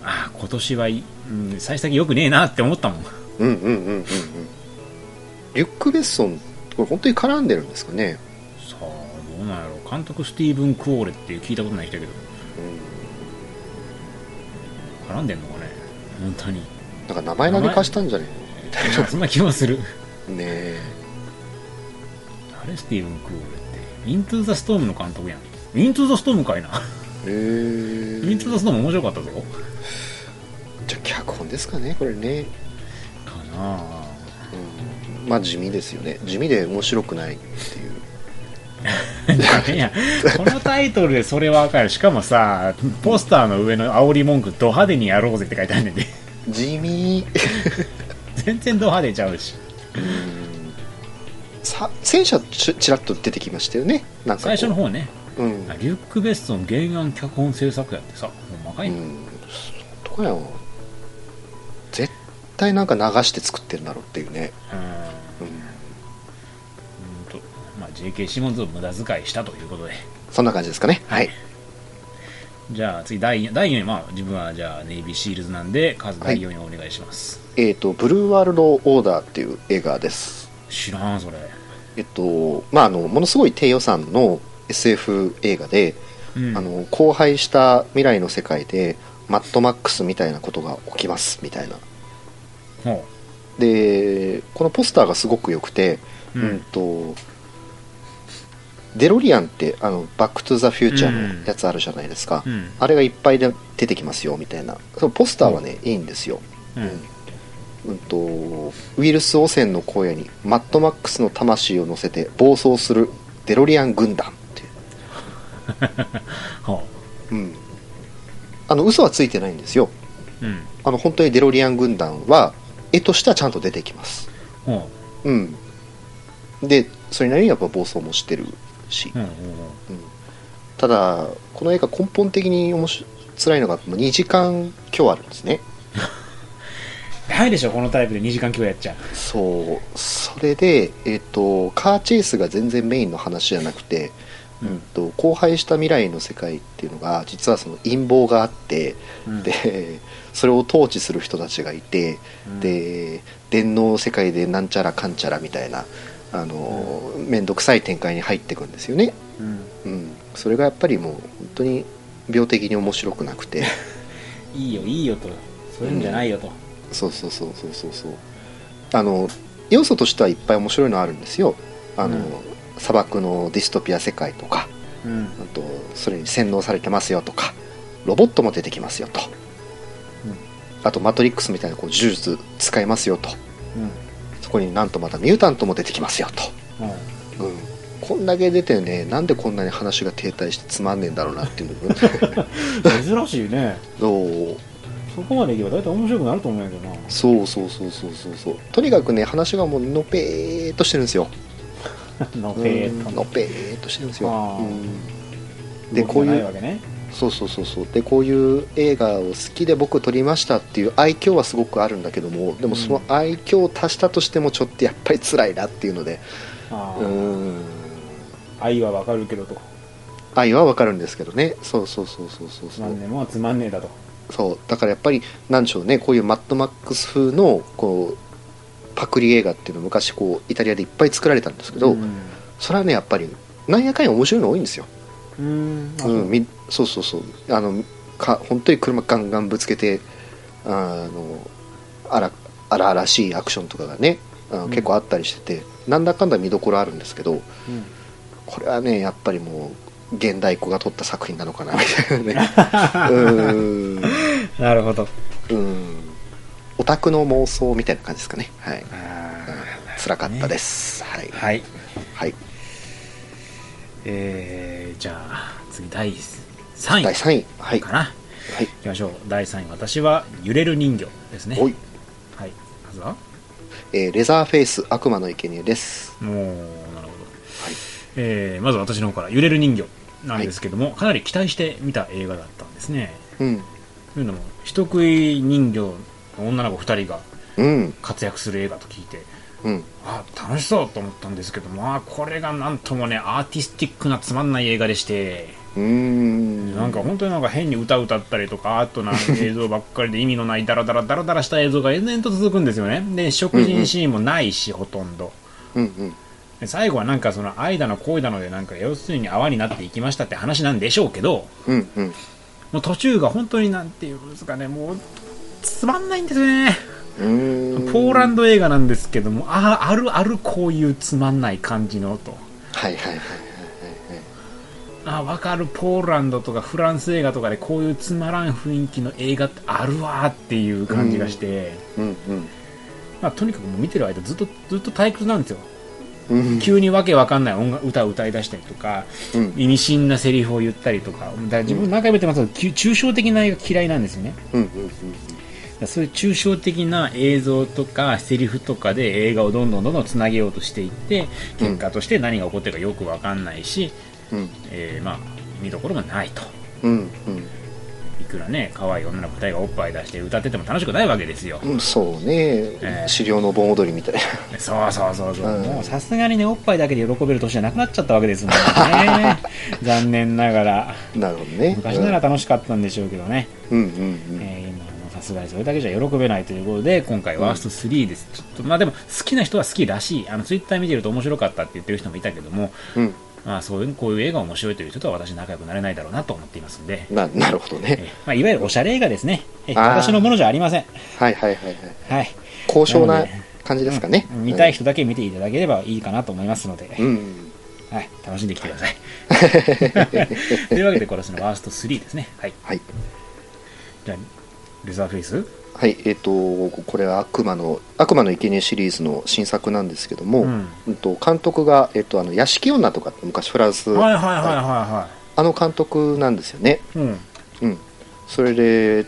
[SPEAKER 1] ああ今年はい、うん、幸先よくねえなって思ったもん
[SPEAKER 2] うんうんうんうんうんうんリュック・ベッソンこれ本当に絡んでるんですかね、
[SPEAKER 1] さあどうなんやろう監督スティーブン・クオーレっていう聞いたことない人やけど
[SPEAKER 2] うん、
[SPEAKER 1] 絡んでんのかね本当に
[SPEAKER 2] なんか名前何かしたんじゃね
[SPEAKER 1] そんな気もする
[SPEAKER 2] えのねえ
[SPEAKER 1] 誰スティーブン・クオーレってイントゥ・ザ・ストームの監督やんイントゥ・ザ・ストームかいな
[SPEAKER 2] え
[SPEAKER 1] イントゥ・ザ・ストーム面白かったぞ
[SPEAKER 2] じゃあ脚本ですかねこれね、
[SPEAKER 1] かなあ
[SPEAKER 2] うん、まあ地味ですよね地味で面白くないっていう
[SPEAKER 1] いやこのタイトルでそれはわかるしかもさポスターの上の煽り文句ド派手にやろうぜって書いてあるねんで
[SPEAKER 2] 地味
[SPEAKER 1] 全然ド派手ちゃうし
[SPEAKER 2] さ戦車ちちらっと出てきましたよねなんかこう
[SPEAKER 1] 最初の方ね
[SPEAKER 2] うん
[SPEAKER 1] あリュック・ベストン原案脚本制作やってさほんまか
[SPEAKER 2] う
[SPEAKER 1] いな、
[SPEAKER 2] んそこやん絶対なんか流して作ってるんだろうっていうね、
[SPEAKER 1] うん
[SPEAKER 2] うん、
[SPEAKER 1] うんと、まあ、JK シモンズを無駄遣いしたということで。
[SPEAKER 2] そんな感じですかねはい
[SPEAKER 1] じゃあ次第4、第4位、まあ、自分はじゃあネイビーシールズなんで、数
[SPEAKER 2] はい
[SPEAKER 1] 第4位お願いします。
[SPEAKER 2] えっ、と「ブルーワールド・オーダー」っていう映画です
[SPEAKER 1] 知らん、それ。
[SPEAKER 2] えっとまああのものすごい低予算の SF 映画で、
[SPEAKER 1] うん、
[SPEAKER 2] あの荒廃した未来の世界でマッドマックスみたいなことが起きますみたいな
[SPEAKER 1] ほ
[SPEAKER 2] でこのポスターがすごく良くて、う
[SPEAKER 1] うんん
[SPEAKER 2] とデロリアンってあのバック・トゥ・ザ・フューチャーのやつあるじゃないですか、
[SPEAKER 1] う。うん。
[SPEAKER 2] あれがいっぱいで出てきますよみたいなそのポスターはね、いいんですよ、
[SPEAKER 1] うん。
[SPEAKER 2] うんとウイルス汚染の荒野にマッドマックスの魂を乗せて暴走するデロリアン軍団ってい
[SPEAKER 1] ほ
[SPEAKER 2] う、うん、あの嘘はついてないんですよ
[SPEAKER 1] う。うん。
[SPEAKER 2] あの本当にデロリアン軍団は絵としてはちゃんと出てきます
[SPEAKER 1] ほ
[SPEAKER 2] うん、でそれなりにやっぱ暴走もしてるし、
[SPEAKER 1] う。うん。ほうほ
[SPEAKER 2] ただこの映画根本的に面白辛いのがもう2時間今日あるんですね
[SPEAKER 1] う。ないでしょ、このタイプで2時間強やっちゃう。
[SPEAKER 2] そうそれで、えっとカーチェイスが全然メインの話じゃなくて、
[SPEAKER 1] うん
[SPEAKER 2] うんと荒廃した未来の世界っていうのが実はその陰謀があって、
[SPEAKER 1] うん
[SPEAKER 2] でそれを統治する人たちがいて、
[SPEAKER 1] うん
[SPEAKER 2] で電脳世界でなんちゃらかんちゃらみたいなあの、面倒くさい展開に入っていくんですよね、
[SPEAKER 1] うん。
[SPEAKER 2] うん、それがやっぱりもう本当に病的に面白くなくて
[SPEAKER 1] いいよ、いいよと。そういうんじゃないよと。
[SPEAKER 2] そうそうそうそうそうそうあの要素としてはいっぱい面白いのあるんですよあの、
[SPEAKER 1] うん
[SPEAKER 2] 砂漠のディストピア世界とか
[SPEAKER 1] うん。
[SPEAKER 2] あとそれに洗脳されてますよとかロボットも出てきますよと、
[SPEAKER 1] うん
[SPEAKER 2] あとマトリックスみたいなこう呪術使えますよと
[SPEAKER 1] うん。
[SPEAKER 2] そこになんとまたミュータントも出てきますよ
[SPEAKER 1] ほう
[SPEAKER 2] と、うんこんだけ出てねなんでこんなに話が停滞してつまんねえんだろうなっていう部分
[SPEAKER 3] 珍しいね
[SPEAKER 2] そう
[SPEAKER 3] そこまでいけば大体面白くなると思うんやけどな
[SPEAKER 2] そうそうそうそうそうそうとにかくね話がもうのぺーっとしてるんですよ
[SPEAKER 3] の
[SPEAKER 2] うん
[SPEAKER 3] ペーっと
[SPEAKER 2] のぺーっとしてるんですよ
[SPEAKER 3] あー
[SPEAKER 2] うんでこう
[SPEAKER 3] 動きがないいうわけね
[SPEAKER 2] そうそうそうそうでこういう映画を好きで僕撮りましたっていう愛嬌はすごくあるんだけどもでもその愛嬌を足したとしてもちょっとやっぱり辛いなっていうので
[SPEAKER 3] あ
[SPEAKER 2] う
[SPEAKER 3] ー
[SPEAKER 2] ん
[SPEAKER 3] 愛はわかるけどと
[SPEAKER 2] 愛はわかるんですけどねそうそうそうそうそう
[SPEAKER 3] つ
[SPEAKER 2] そ
[SPEAKER 3] まん
[SPEAKER 2] う
[SPEAKER 3] ねえもんはつまんねえだと
[SPEAKER 2] そうだからやっぱりなんでしょうねこういうマッドマックス風のこうパクリ映画っていうの昔こうイタリアでいっぱい作られたんですけど、
[SPEAKER 3] ん
[SPEAKER 2] それはねやっぱりなんやかんや面白いの多いんですよ、
[SPEAKER 3] うんあ
[SPEAKER 2] うん、みそうそうそうあのか本当に車ガンガンぶつけてあのあら荒々しいアクションとかがねあの
[SPEAKER 3] うん
[SPEAKER 2] 結構あったりしてて、なんだかんだ見どころあるんですけど
[SPEAKER 3] うん
[SPEAKER 2] これはねやっぱりもう現代子が撮った作品なのかなみたい なねうーん
[SPEAKER 3] なるほど
[SPEAKER 2] うんオタクの妄想みたいな感じですかねはい
[SPEAKER 1] あ
[SPEAKER 2] 辛かったです、はい
[SPEAKER 1] ーはい
[SPEAKER 2] はい
[SPEAKER 1] えー、じゃあ次第3
[SPEAKER 2] 第3位は
[SPEAKER 1] 位
[SPEAKER 2] い
[SPEAKER 1] か
[SPEAKER 2] は
[SPEAKER 1] な、
[SPEAKER 2] い
[SPEAKER 1] いきましょう第3位私は揺れる人魚ですね
[SPEAKER 2] おい、
[SPEAKER 1] はいまずは
[SPEAKER 2] えーレザーフェイス悪魔の生贄です
[SPEAKER 1] もうなるほど
[SPEAKER 2] はい
[SPEAKER 1] えーまず私の方から「揺れる人魚」なんですけども、かなり期待して見た映画だったんですね
[SPEAKER 2] うん
[SPEAKER 1] というのも人食い人魚の女の子2人が
[SPEAKER 2] うん
[SPEAKER 1] 活躍する映画と聞いて
[SPEAKER 2] うん
[SPEAKER 1] あ楽しそうと思ったんですけどもあこれがなんともねアーティスティックなつまんない映画でして
[SPEAKER 2] うーん
[SPEAKER 1] なんか本当になんか変に歌歌ったりとかアートな映像ばっかりで意味のないダラダラダラダラした映像が延々と続くんですよねで食事シーンもないし、ほとんど
[SPEAKER 2] うんうん
[SPEAKER 1] で最後はなんかその愛だの恋だのでなんか要するに泡になっていきましたって話なんでしょうけど
[SPEAKER 2] うんうん
[SPEAKER 1] もう途中が本当になんていうんですかねもうつまんないんですよね
[SPEAKER 2] うーん
[SPEAKER 1] ポーランド映画なんですけどもあああるあるこういうつまんない感じのと
[SPEAKER 2] はいはいはいはいはいはい
[SPEAKER 1] あわかるポーランドとかフランス映画とかでこういうつまらん雰囲気の映画ってあるわーっていう感じがして、
[SPEAKER 2] うんうん
[SPEAKER 1] まあ、とにかくもう見てる間ずっとずっと退屈なんですよ
[SPEAKER 2] うん
[SPEAKER 1] 急にわけわかんない音楽歌を歌い出したりとか
[SPEAKER 2] うん
[SPEAKER 1] 意味深なセリフを言ったりとかだから自分何回も言ってますけどきゅ抽象的な映画嫌いなんですよね
[SPEAKER 2] うんうん
[SPEAKER 1] だからそういう抽象的な映像とかセリフとかで映画をどんどんどんどんつなげようとしていって結果として何が起こってるかよくわかんないし、
[SPEAKER 2] うん
[SPEAKER 1] えーまあ見どころがないと
[SPEAKER 2] うんうん
[SPEAKER 1] いくらね可愛い女の子2人がおっぱい出して歌ってても楽しくないわけですよ、
[SPEAKER 2] うんそうね
[SPEAKER 1] えー
[SPEAKER 2] 狩猟の盆踊りみたいな
[SPEAKER 1] そうそうそうそう、
[SPEAKER 2] うん
[SPEAKER 1] もうさすがにねおっぱいだけで喜べる年じゃなくなっちゃったわけですもん ね残念ながら
[SPEAKER 2] なるほどね
[SPEAKER 1] 昔なら楽しかったんでしょうけどね、
[SPEAKER 2] うんうん
[SPEAKER 1] えー今はもうさすがにそれだけじゃ喜べないということで今回ワースト3です、ちょっとまあでも好きな人は好きらしいあのツイッター見てると面白かったって言ってる人もいたけども
[SPEAKER 2] うん
[SPEAKER 1] まあそういうこういう映画面白いという人とは私仲良くなれないだろうなと思っていますんで
[SPEAKER 2] う、んななるほど
[SPEAKER 1] えー
[SPEAKER 2] ね
[SPEAKER 1] まあ、いわゆるおしゃれ映画ですね、えー
[SPEAKER 2] あー
[SPEAKER 1] 私のものじゃありません
[SPEAKER 2] はいはいはいはい
[SPEAKER 1] はい
[SPEAKER 2] 高尚
[SPEAKER 1] なの
[SPEAKER 2] な
[SPEAKER 1] で
[SPEAKER 2] 感じですかね
[SPEAKER 1] 見たい人だけ見ていただければいいかなと思いますので、
[SPEAKER 2] うん
[SPEAKER 1] はい、楽しんできてください。 というわけで、これはそのワースト3ですね。はい。
[SPEAKER 2] はい
[SPEAKER 1] じゃあ、レザーフェイス
[SPEAKER 2] はいえっとこれは悪魔の「悪魔の生贄シリーズの新作なんですけども、
[SPEAKER 1] うん
[SPEAKER 2] うんと監督が、えっと、あの屋敷女とかって昔フランス、
[SPEAKER 1] はいはいはいはいは
[SPEAKER 2] あの監督なんですよね、
[SPEAKER 1] い。うん。
[SPEAKER 2] うん、それで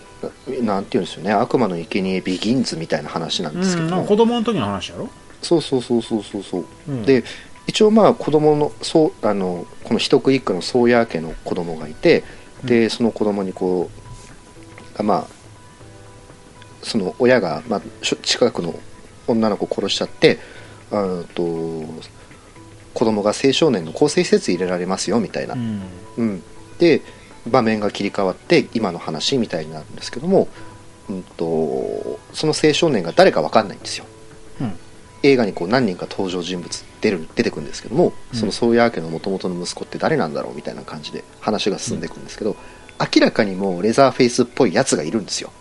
[SPEAKER 2] ななんて言うんでしょうね悪魔の生贄ビギンズみたいな話なんですけ
[SPEAKER 1] うん、
[SPEAKER 2] ど
[SPEAKER 1] なん
[SPEAKER 2] も、
[SPEAKER 1] か子供の時の話やろ
[SPEAKER 2] そうそうそうそうそうそう、
[SPEAKER 1] うん
[SPEAKER 2] で一応まあ子供のそうあのこの一区一区の宗谷家の子供がいてでその子供にこうあまあその親が、まあ、しょ近くの女の子を殺しちゃってあーと子供が青少年の更生施設に入れられますよみたいな
[SPEAKER 1] う、ん。
[SPEAKER 2] うん、で場面が切り替わって今の話みたいになるんですけども、うん、とその青少年が誰か分かんないんですよ
[SPEAKER 1] うん。
[SPEAKER 2] 映画にこう何人か登場人物出る出てくるんですけども、
[SPEAKER 1] うん
[SPEAKER 2] その宗谷家の元々の息子って誰なんだろうみたいな感じで話が進んでいくんですけど、明らかにもうレザーフェイスっぽいやつがいるんですよ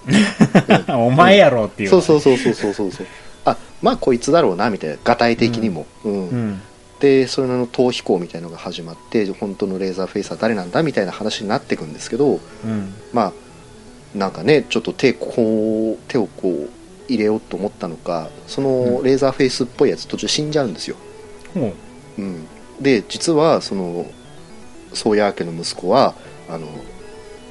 [SPEAKER 1] お前やろっていう。
[SPEAKER 2] そうそうそうそうそうそうそうあまあこいつだろうなみたいながたい的にも、うん
[SPEAKER 1] うん。
[SPEAKER 2] でそれの逃避行みたいのが始まって本当のレーザーフェイスは誰なんだみたいな話になっていくんですけど、
[SPEAKER 1] うん。
[SPEAKER 2] まあなんかねちょっと手こう手をこう入れようと思ったのかそのレーザーフェイスっぽいやつ途中死んじゃうんですよ、
[SPEAKER 1] ほ
[SPEAKER 2] うん、で実はそのソーヤー家の息子はあの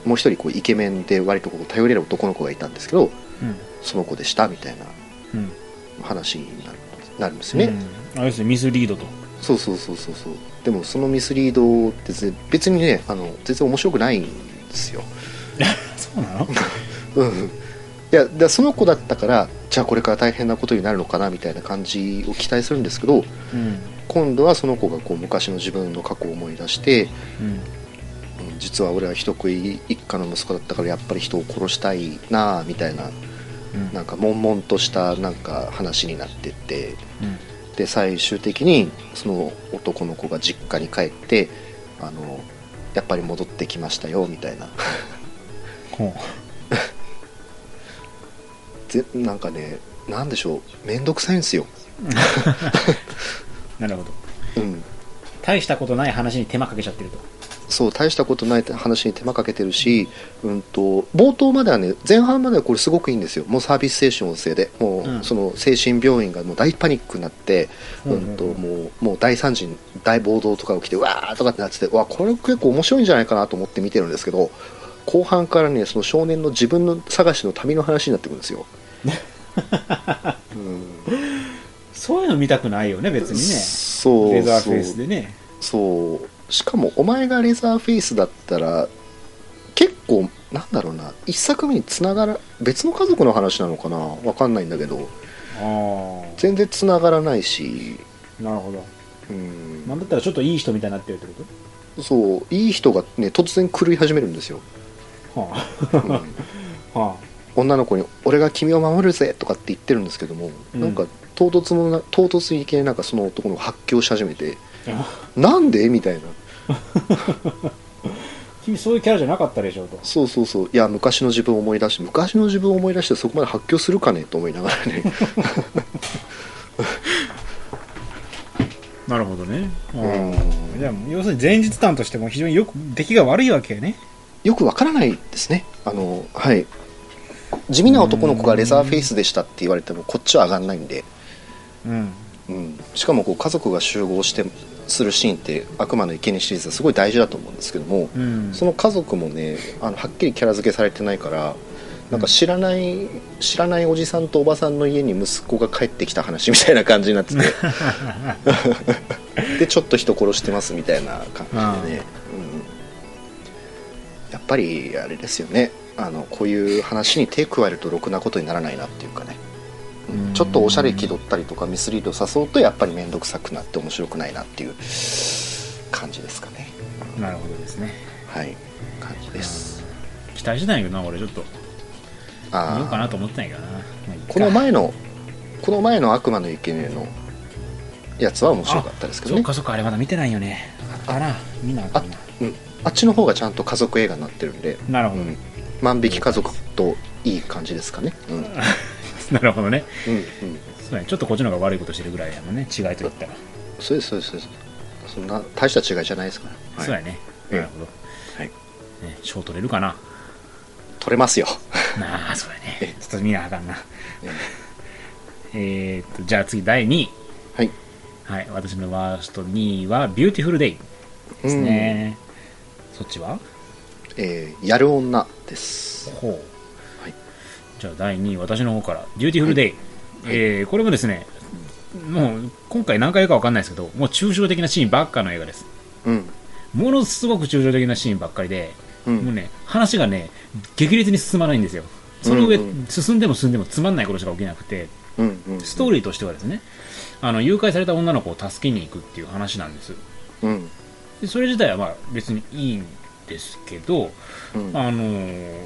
[SPEAKER 2] もう一人こうイケメンで割とこう頼れる男の子がいたんですけど
[SPEAKER 1] うん
[SPEAKER 2] その子でしたみたいな
[SPEAKER 1] うん
[SPEAKER 2] 話になるなるんですよね、
[SPEAKER 1] うん、あれですねミスリードと
[SPEAKER 2] そうそうそうそうそうでもそのミスリードってぜ別にねあの全然面白くないんですよ
[SPEAKER 1] そうなの
[SPEAKER 2] うんいやだからその子だったからじゃあこれから大変なことになるのかなみたいな感じを期待するんですけど
[SPEAKER 1] うん
[SPEAKER 2] 今度はその子がこう昔の自分の過去を思い出して
[SPEAKER 1] うん
[SPEAKER 2] うん実は俺は人食い一家の息子だったからやっぱり人を殺したいなあみたいな
[SPEAKER 1] うん
[SPEAKER 2] なんか悶々としたなんか話になってって
[SPEAKER 1] うん
[SPEAKER 2] で最終的にその男の子が実家に帰ってあのやっぱり戻ってきましたよみたいな
[SPEAKER 1] ほ
[SPEAKER 2] ぜなんかねなんでしょう面倒くさいんですよ、
[SPEAKER 1] うなるほど
[SPEAKER 2] うん、
[SPEAKER 1] 大したことない話に手間かけちゃってると
[SPEAKER 2] そう大したことない話に手間かけてるし、うん、と冒頭まではね前半まではこれすごくいいんですよもうサービス精神旺盛でもう、
[SPEAKER 1] うん
[SPEAKER 2] その精神病院がもう大パニックになって、
[SPEAKER 1] うん
[SPEAKER 2] う
[SPEAKER 1] うんうん
[SPEAKER 2] んともうもう大惨事大暴動とか起きてわーとかってなっててわこれ結構面白いんじゃないかなと思って見てるんですけど後半からねその少年の自分の探しの旅の話になってくるんですよ。うん
[SPEAKER 1] そういうの見たくないよね別にね
[SPEAKER 2] そう
[SPEAKER 1] レザーフェイスでね
[SPEAKER 2] そうしかもお前がレザーフェイスだったら結構なんだろうな一作目につながら別の家族の話なのかなわかんないんだけど
[SPEAKER 1] ああ
[SPEAKER 2] 全然つながらないし
[SPEAKER 1] なるほど
[SPEAKER 2] うん、
[SPEAKER 1] なんだったらちょっといい人みたいになってるってこ
[SPEAKER 2] そういい人がね突然狂い始めるんですよ、
[SPEAKER 1] とは
[SPEAKER 2] うん
[SPEAKER 1] あは
[SPEAKER 2] 女の子に「俺が君を守るぜ!」とかって言ってるんですけども、
[SPEAKER 1] うん
[SPEAKER 2] なんか唐突のな唐突にいきなりなんかその男の子が発狂し始めて
[SPEAKER 1] あ
[SPEAKER 2] 「なんで?」みたいな
[SPEAKER 1] 君そういうキャラじゃなかったでしょうと
[SPEAKER 2] そうそうそういや昔の自分を思い出して昔の自分を思い出してそこまで発狂するかねと思いながらね、
[SPEAKER 1] なるほどね
[SPEAKER 2] うん
[SPEAKER 1] じゃあ要するに前日談としても非常によく出来が悪いわけよね
[SPEAKER 2] よくわからないですねあのはい地味な男の子がレザーフェイスでしたって言われてもこっちは上がんないんで、
[SPEAKER 1] うん
[SPEAKER 2] うん、しかもこう家族が集合してするシーンって「悪魔の生贄」シリーズはすごい大事だと思うんですけども、
[SPEAKER 1] うん
[SPEAKER 2] その家族もねあのはっきりキャラ付けされてないからなんか知らない、知らないおじさんとおばさんの家に息子が帰ってきた話みたいな感じになっててでちょっと人殺してますみたいな感じでね、うん、やっぱりあれですよねあのこういう話に手加えるとろくなことにならないなっていうかねうんちょっとおしゃれ気取ったりとかミスリード誘うとやっぱり面倒くさくなって面白くないなっていう感じですかね
[SPEAKER 1] なるほどですね
[SPEAKER 2] はい感じです
[SPEAKER 1] 期待してたんやけどな俺ちょっと見ようか
[SPEAKER 2] ああ
[SPEAKER 1] なと思ってないけどなまあいっか
[SPEAKER 2] この前のこの前の悪魔の生贄のやつは面白かったですけど
[SPEAKER 1] そっ
[SPEAKER 2] ね
[SPEAKER 1] かそっかあれまだ見てないよねあら見なあかんな
[SPEAKER 2] うん、あっちの方がちゃんと家族映画になってるんで、
[SPEAKER 1] なるほ
[SPEAKER 2] う
[SPEAKER 1] ど、
[SPEAKER 2] ん、万引き家族といい感じですかねうんうんうん
[SPEAKER 1] なるほどねそうねちょっとこっちの方が悪いことしてるぐらいやもんね違いといったら、
[SPEAKER 2] そうですそうですそうですそんな大した違いじゃないですから、はい
[SPEAKER 1] そうやね
[SPEAKER 2] うん
[SPEAKER 1] なるほど、
[SPEAKER 2] はい
[SPEAKER 1] ね、賞取れるかな
[SPEAKER 2] 取れますよ
[SPEAKER 1] なあそうやね
[SPEAKER 2] え
[SPEAKER 1] ちょっと見なあかんな
[SPEAKER 2] え
[SPEAKER 1] えー、っとじゃあ次第2位
[SPEAKER 2] はい
[SPEAKER 1] はい私のワースト2位は「ビューティフルデイ」ですね、そっちは
[SPEAKER 2] えーやる女です
[SPEAKER 1] ほう、
[SPEAKER 2] はい
[SPEAKER 1] じゃあ第2位私の方から「ビューティフルデイ」
[SPEAKER 2] はい
[SPEAKER 1] えーこれもですねもう今回何回言うか分かんないですけどもう抽象的なシーンばっかの映画です
[SPEAKER 2] うん
[SPEAKER 1] ものすごく抽象的なシーンばっかりで、
[SPEAKER 2] うん
[SPEAKER 1] もうね話がね激烈に進まないんですよその上、
[SPEAKER 2] うんうん
[SPEAKER 1] 進んでも進んでもつまんないことしか起きなくて
[SPEAKER 2] うんうん
[SPEAKER 1] ストーリーとしてはですねあの誘拐された女の子を助けに行くっていう話なんです
[SPEAKER 2] うん
[SPEAKER 1] でそれ自体はまあ別にいいんですけど、
[SPEAKER 2] うん
[SPEAKER 1] あのー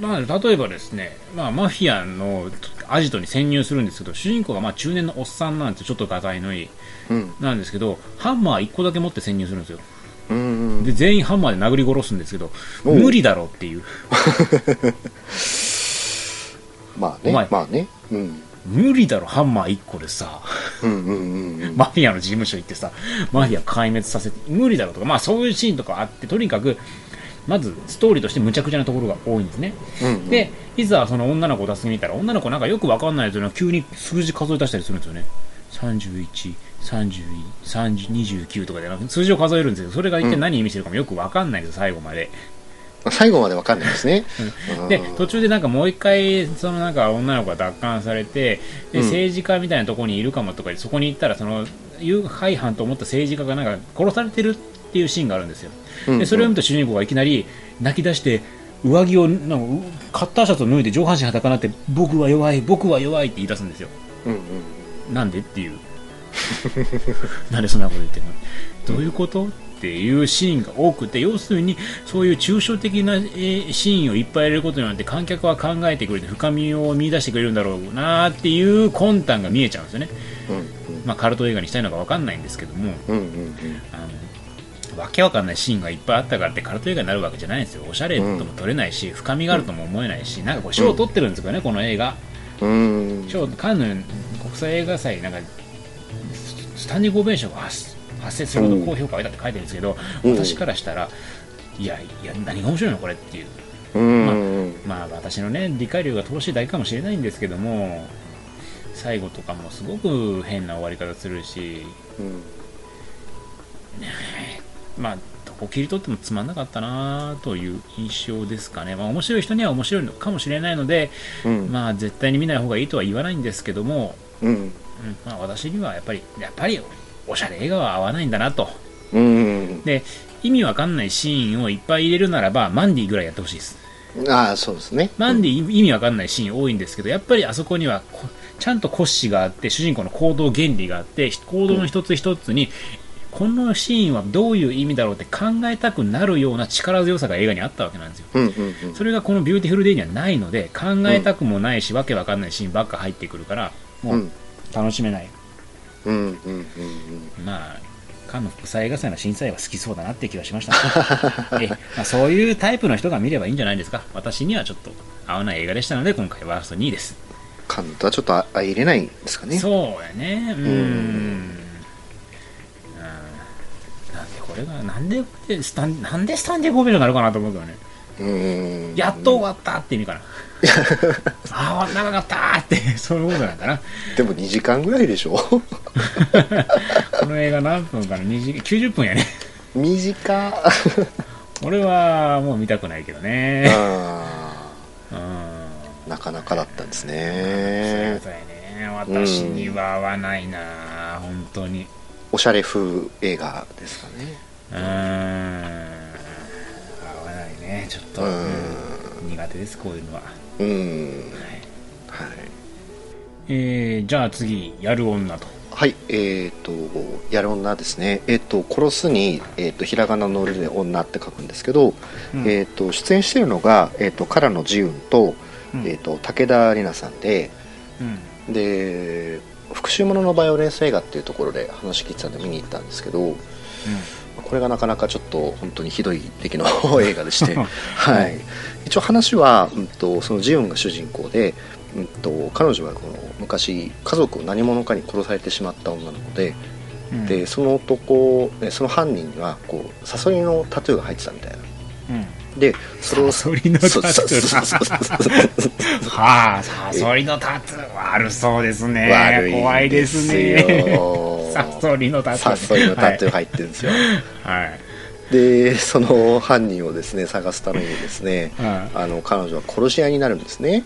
[SPEAKER 1] まあ、例えばですね、まあ、マフィアのアジトに潜入するんですけど主人公がまあ中年のおっさんなんですよちょっとがたいのいい
[SPEAKER 2] うん
[SPEAKER 1] なんですけどハンマー1個だけ持って潜入するんですよ
[SPEAKER 2] うん
[SPEAKER 1] で全員ハンマーで殴り殺すんですけど
[SPEAKER 2] おう
[SPEAKER 1] 無理だろうっていう
[SPEAKER 2] まあ
[SPEAKER 1] お
[SPEAKER 2] ね
[SPEAKER 1] 前
[SPEAKER 2] まあねうん
[SPEAKER 1] 無理だろハンマー1個でさ
[SPEAKER 2] うんうんうんうん
[SPEAKER 1] マフィアの事務所行ってさマフィア壊滅させて無理だろうとか、まあ、そういうシーンとかあってとにかくまずストーリーとしてむちゃくちゃなところが多いんですね、
[SPEAKER 2] うんうん
[SPEAKER 1] でいざその女の子を助けに行ったら女の子なんかよくわかんないやつが急に数字数え出したりするんですよね30 30 29とかで、通常数えるんですけど、それが一体何意味してるかもよくわかんないです、最後まで。
[SPEAKER 2] まあ最後までわかんないですね。うん
[SPEAKER 1] で、途中でなんかもう一回、そのなんか女の子が奪還されて、で、
[SPEAKER 2] うん
[SPEAKER 1] 政治家みたいなところにいるかもとか、そこに行ったら、その、誘拐犯と思った政治家がなんか殺されてるっていうシーンがあるんですよ。
[SPEAKER 2] うん
[SPEAKER 1] で、それを見た主人公がいきなり泣き出して、上着をなんかカッターシャツを脱いで上半身裸になって僕は弱い、僕は弱いって言い出すんですよ。
[SPEAKER 2] うんうん
[SPEAKER 1] なんでっていう なんでそんなこと言ってるのどういうことっていうシーンが多くて要するにそういう抽象的な、えーシーンをいっぱい入れることによって観客は考えてくれて深みを見出してくれるんだろうなっていう魂胆が見えちゃうんですよね、まあ、カルト映画にしたいのか分かんないんですけども
[SPEAKER 2] うんうんうんうんうん
[SPEAKER 1] あのわけわかんないシーンがいっぱいあったからってカルト映画になるわけじゃないんですよおしゃれとも撮れないし深みがあるとも思えないしなんかこう賞を取ってるんですよね、この映画
[SPEAKER 2] うん
[SPEAKER 1] ちょうどカンヌ国際映画祭なんかススタンディングオベーションが発発生するほど高評価を得たって書いてるんですけど、
[SPEAKER 2] うん
[SPEAKER 1] 私からしたらいやいや何が面白いのこれっていう
[SPEAKER 2] うんうん
[SPEAKER 1] まあ私のね理解力が乏しいだけかもしれないんですけども最後とかもすごく変な終わり方するし
[SPEAKER 2] うん
[SPEAKER 1] まあどこ切り取ってもつまんなかったなという印象ですかね、まあ、面白い人には面白いのかもしれないので、
[SPEAKER 2] うん
[SPEAKER 1] まあ絶対に見ない方がいいとは言わないんですけども
[SPEAKER 2] うん
[SPEAKER 1] うんまあ、私にはやっぱり、やっぱりおしゃれ映画は合わないんだなと。
[SPEAKER 2] うん
[SPEAKER 1] で、意味わかんないシーンをいっぱい入れるならば、マンディぐらいやってほしいです。
[SPEAKER 2] うんああそうですね
[SPEAKER 1] マンディ、意味わかんないシーン多いんですけど、やっぱりあそこにはこ、ちゃんと骨子があって、主人公の行動原理があって、行動の一つ一つに、このシーンはどういう意味だろうって考えたくなるような力強さが映画にあったわけなんですよ。
[SPEAKER 2] うんうんうん
[SPEAKER 1] それがこのビューティフルデイにはないので、考えたくもないし、わけわかんないシーンばっか入ってくるから、も
[SPEAKER 2] う
[SPEAKER 1] うん楽しめない。
[SPEAKER 2] うんうんうん
[SPEAKER 1] まあ、カンヌ国際映画祭の審査員は好きそうだなって気はしました、ね ええまあ、そういうタイプの人が見ればいいんじゃないですか私にはちょっと合わない映画でしたので今回ワースト2位です、
[SPEAKER 2] カンヌとはちょっと相入れないんですかね
[SPEAKER 1] そうやねうーん
[SPEAKER 2] う
[SPEAKER 1] うんなんでこれがなんでこれスタンなんでスタンディングオベーションになるかなと思うけどね
[SPEAKER 2] うん
[SPEAKER 1] やっと終わったって意味かなああ長かったーってそういうことなんだな
[SPEAKER 2] でも2時間ぐらいで しょ
[SPEAKER 1] この映画何分かな2時90分やね
[SPEAKER 2] 短あ
[SPEAKER 1] 俺はもう見たくないけどね
[SPEAKER 2] あ
[SPEAKER 1] うん
[SPEAKER 2] なかなかだったんです
[SPEAKER 1] そういう
[SPEAKER 2] ね
[SPEAKER 1] ことやね私には合わないな、本当に
[SPEAKER 2] おしゃれ風映画ですかね
[SPEAKER 1] うーん合わないねちょっと、
[SPEAKER 2] うん
[SPEAKER 1] うん苦手ですこういうのは、は
[SPEAKER 2] うん
[SPEAKER 1] い
[SPEAKER 2] はい
[SPEAKER 1] えー、じゃあ次やる女と
[SPEAKER 2] はい、えっ、と、やる女ですね。えっ、と、殺すに、えっ、と、ひらがなのるで女って書くんですけど、
[SPEAKER 1] うん
[SPEAKER 2] えっ、と、出演しているのが、えっ、と、唐野ジウンと、
[SPEAKER 1] うん
[SPEAKER 2] えっ、と、武田里奈さんで、
[SPEAKER 1] うん
[SPEAKER 2] で、復讐者のバイオレンス映画っていうところで話聞いてたんで見に行ったんですけど、これがなかなかちょっと本当にひどい出来の 映画でして、はい、一応話は、うん、とそのジウンが主人公で、うん、と彼女はこの昔家族を何者かに殺されてしまった女の子で,、
[SPEAKER 1] うん
[SPEAKER 2] でその男ねその犯人にはこうサソリのタトゥーが入ってたみたいな
[SPEAKER 1] うん
[SPEAKER 2] でそれを
[SPEAKER 1] サソリのタトゥー
[SPEAKER 2] そうそうそうそうそう
[SPEAKER 1] はあサソリのタトゥー悪そうですね
[SPEAKER 2] 悪いんよ
[SPEAKER 1] 怖い ですねサ ソリのタトゥー
[SPEAKER 2] サソリのタトゥー入ってるんですよ、
[SPEAKER 1] はい、はい
[SPEAKER 2] でその犯人をですね探すためにですね
[SPEAKER 1] うん
[SPEAKER 2] あの彼女は殺し屋になるんですね、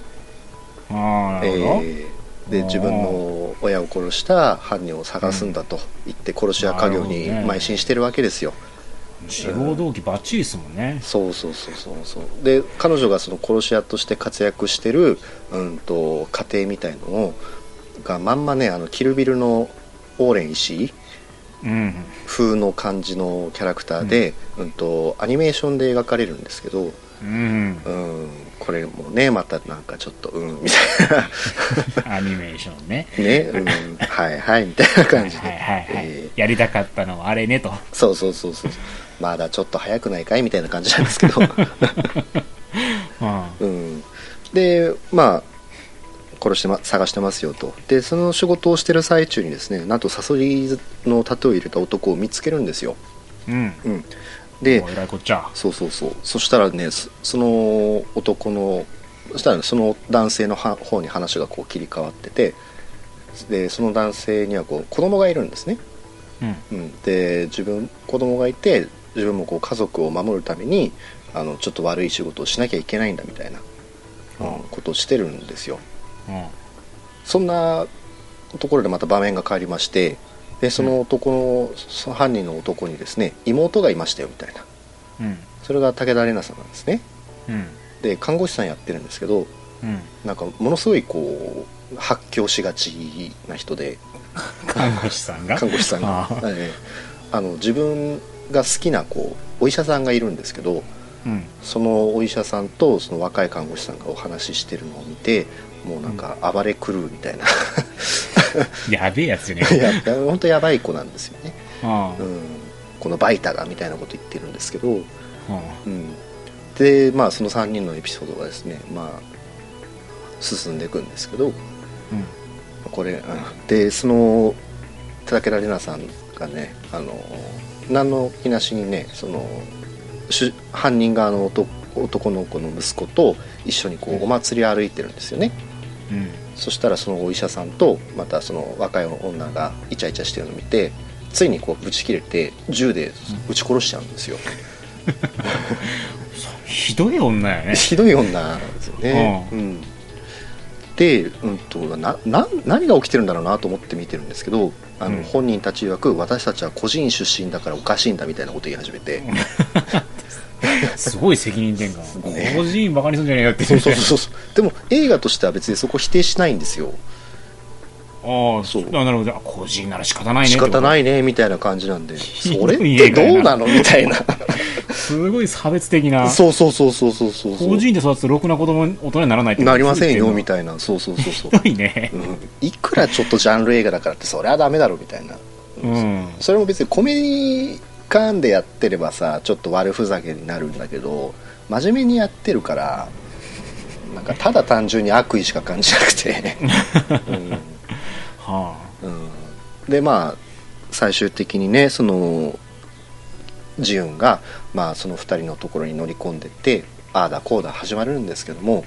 [SPEAKER 1] ああな
[SPEAKER 2] え
[SPEAKER 1] るほど、
[SPEAKER 2] ーで自分の親を殺した犯人を探すんだと言って殺し屋家業に
[SPEAKER 1] なるほどね
[SPEAKER 2] 邁進してるわけですよ、
[SPEAKER 1] 志望動機バッチリですもんね
[SPEAKER 2] そうそうそうそうそうで彼女がその殺し屋として活躍してる、うん、と家庭みたいのをがまんまねあのキルビルのオーレン石井
[SPEAKER 1] うん
[SPEAKER 2] 風の感じのキャラクターで、うんとアニメーションで描かれるんですけど、
[SPEAKER 1] うん
[SPEAKER 2] うん、これもねまたなんかちょっとうんみたい な
[SPEAKER 1] アニメーションね。
[SPEAKER 2] ね、うん、はいはいみたいな感じで、
[SPEAKER 1] はいはいはい、
[SPEAKER 2] え
[SPEAKER 1] やりたかったのはあれねと。
[SPEAKER 2] ーそうそうそうそうまだちょっと早くないかいみたいな感じなんです けど、
[SPEAKER 1] うん。
[SPEAKER 2] うん、でまあ殺して、ま、探してますよとでその仕事をしてる最中にですねなんとサソリのタトゥーを入れた男を見つけるんですよ、
[SPEAKER 1] うん。
[SPEAKER 2] うん、で
[SPEAKER 1] おいらいこっちゃ。
[SPEAKER 2] そうそうそうそしたらねそその男のそしたらねその男性のは方に話がこう切り替わっててでその男性にはこう子供がいるんですね
[SPEAKER 1] うん
[SPEAKER 2] うん、で自分子供がいて自分もこう家族を守るためにあのちょっと悪い仕事をしなきゃいけないんだみたいな、うんことをしてるんですよ
[SPEAKER 1] うん
[SPEAKER 2] そんなところでまた場面が変わりましてでその男の、その犯人の男にですね妹がいましたよみたいな
[SPEAKER 1] うん
[SPEAKER 2] それが武田玲奈さんなんですね
[SPEAKER 1] うん
[SPEAKER 2] で看護師さんやってるんですけど
[SPEAKER 1] うん
[SPEAKER 2] なんかものすごいこう発狂しがちな人で
[SPEAKER 1] 看護師さんが
[SPEAKER 2] 看護師さんが
[SPEAKER 1] あー
[SPEAKER 2] はいあの自分が好きなこうお医者さんがいるんですけど
[SPEAKER 1] うん
[SPEAKER 2] そのお医者さんとその若い看護師さんがお話ししてるのを見てもうなんか暴れ狂うみたいな、
[SPEAKER 1] やべえやつよね
[SPEAKER 2] いや本当やばい子なんですよね、
[SPEAKER 1] あ
[SPEAKER 2] うん、このバイタがみたいなこと言ってるんですけど、
[SPEAKER 1] あ
[SPEAKER 2] うん、でまあその3人のエピソードがですねまあ進んでいくんですけど
[SPEAKER 1] うん
[SPEAKER 2] これあでその武田玲奈さんがねあの何の気なしにねその主犯人側の男男の子の息子と一緒にこうお祭り歩いてるんですよね、
[SPEAKER 1] うん
[SPEAKER 2] そしたらそのお医者さんとまたその若い女がイチャイチャしてるのを見てついにこうぶち切れて銃で撃ち殺しちゃうんですよ、
[SPEAKER 1] ひどい女やね
[SPEAKER 2] ひどい女なんですよね、
[SPEAKER 1] う
[SPEAKER 2] うんで、うん、となな何が起きてるんだろうなと思って見てるんですけどあの、
[SPEAKER 1] うん
[SPEAKER 2] 本人たち曰く私たちは個人出身だからおかしいんだみたいなこと言い始めて、
[SPEAKER 1] すごい責任転換個人バカにすんじゃねえよって
[SPEAKER 2] そうそうそうそうでも映画としては別にそこ否定しないんですよ
[SPEAKER 1] ああそ
[SPEAKER 2] そ
[SPEAKER 1] ううあなるほどあ個人なら仕方ないね
[SPEAKER 2] 仕方
[SPEAKER 1] い
[SPEAKER 2] ないねみたいな感じなんで
[SPEAKER 1] ひ
[SPEAKER 2] そ
[SPEAKER 1] ど
[SPEAKER 2] れっ
[SPEAKER 1] い
[SPEAKER 2] てどうなのみたいな
[SPEAKER 1] すごい差別的な
[SPEAKER 2] そうそうそうそうそうそう
[SPEAKER 1] 個人で育つとろくな子供大人にならないって
[SPEAKER 2] なりませんよみ
[SPEAKER 1] た
[SPEAKER 2] たいなそうそうそうそう、
[SPEAKER 1] ひどいね
[SPEAKER 2] うん、いくらちょっとジャンル映画だからってそりゃダメだろみたいな
[SPEAKER 1] うん
[SPEAKER 2] それも別にコメディ感でやってればさちょっと悪ふざけになるんだけど真面目にやってるからなんかただ単純に悪意しか感じなくて、
[SPEAKER 1] は
[SPEAKER 2] うん、でまあ最終的にねそのジウンが、まあ、その2人のところに乗り込んでってああだこうだ始まるんですけども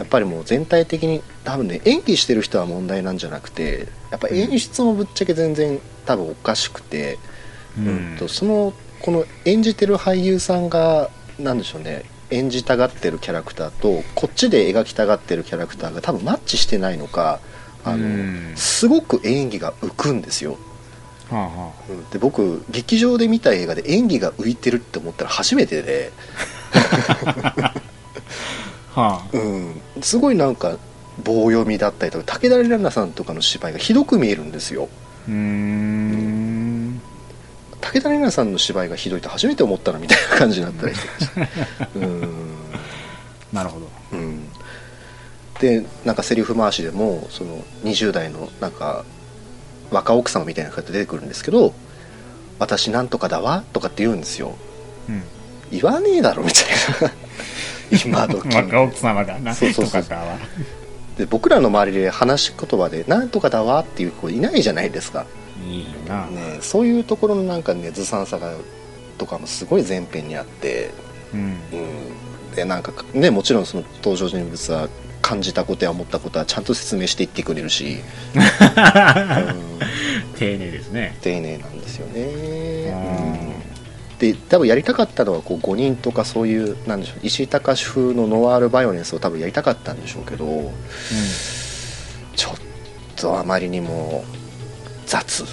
[SPEAKER 2] やっぱりもう全体的に多分ね演技してる人は問題なんじゃなくてやっぱ演出もぶっちゃけ全然多分おかしくて。
[SPEAKER 1] あう
[SPEAKER 2] うん
[SPEAKER 1] ん
[SPEAKER 2] とそのこの演じてる俳優さんがなんでしょうね演じたがってるキャラクターとこっちで描きたがってるキャラクターが多分マッチしてないのかあの、
[SPEAKER 1] うん
[SPEAKER 2] すごく演技が浮くんですよ、
[SPEAKER 1] はあはあ
[SPEAKER 2] うんで僕劇場で見た映画で演技が浮いてるって思ったら初めてで、
[SPEAKER 1] はあ
[SPEAKER 2] うん、すごいなんか棒読みだったりとか武田玲奈さんとかの芝居がひどく見えるんですよ
[SPEAKER 1] うーん
[SPEAKER 2] 武田玲奈さんの芝居がひどいって初めて思ったなみたいな感じになったりしてましたうん
[SPEAKER 1] なるほど
[SPEAKER 2] うん、でなんかセリフ回しでもその20代のなんか若奥様みたいな方出てくるんですけど「私なんとかだわ」とかって言うんですよ
[SPEAKER 1] うん
[SPEAKER 2] 言わねえだろみたいな 今時
[SPEAKER 1] 若奥様がな
[SPEAKER 2] そうそうそう
[SPEAKER 1] とかだわ
[SPEAKER 2] で僕らの周りで話し言葉で「なんとかだわ」っていう子いないじゃないですか、
[SPEAKER 1] いいな、
[SPEAKER 2] ね、そういうところのなんかねずさんさがとかもすごい前編にあって
[SPEAKER 1] うん
[SPEAKER 2] うん、でなんかねもちろんその登場人物は感じたことや思ったことはちゃんと説明していってくれるし、うん
[SPEAKER 1] 丁寧ですね
[SPEAKER 2] 丁寧なんですよね、
[SPEAKER 1] うん
[SPEAKER 2] で多分やりたかったのはこう5人とかそういうなんでしょう石井隆風のノワールバイオレンスを多分やりたかったんでしょうけどちょっとあまりにも雑、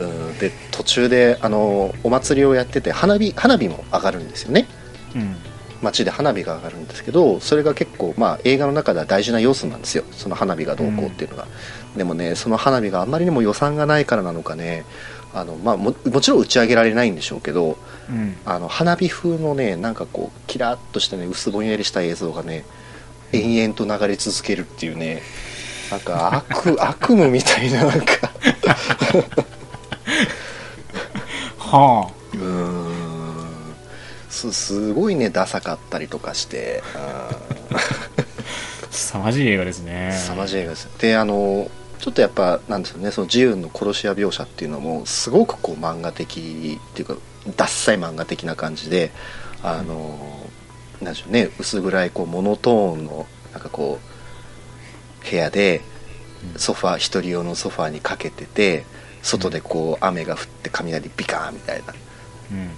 [SPEAKER 2] うん、で途中であのお祭りをやってて花火花火も上がるんですよね
[SPEAKER 1] うんうん
[SPEAKER 2] 街で花火が上がるんですけどそれが結構、まあ、映画の中では大事な要素なんですよその花火がどうこうっていうのが、でもねその花火があんまりにも予算がないからなのかねあの、まあ、ももちろん打ち上げられないんでしょうけど
[SPEAKER 1] うん
[SPEAKER 2] あの花火風のねなんかこうキラッとしたね薄ぼんやりした映像がね延々と流れ続けるっていうねなんか 悪悪夢みたいななんか
[SPEAKER 1] は
[SPEAKER 2] うーんすすごいねダサかったりとかして。うん
[SPEAKER 1] あ凄まじい映画ですね
[SPEAKER 2] 凄まじい映画ですであのちょっとやっぱなんですよねその自由の殺し屋描写っていうのもすごくこう漫画的っていうかダッサい漫画的な感じであの、なんでしょうね薄暗いこうモノトーンのなんかこう部屋でソファー一人用のソファーにかけてて外でこう雨が降って雷ビカーンみたいな、
[SPEAKER 1] うん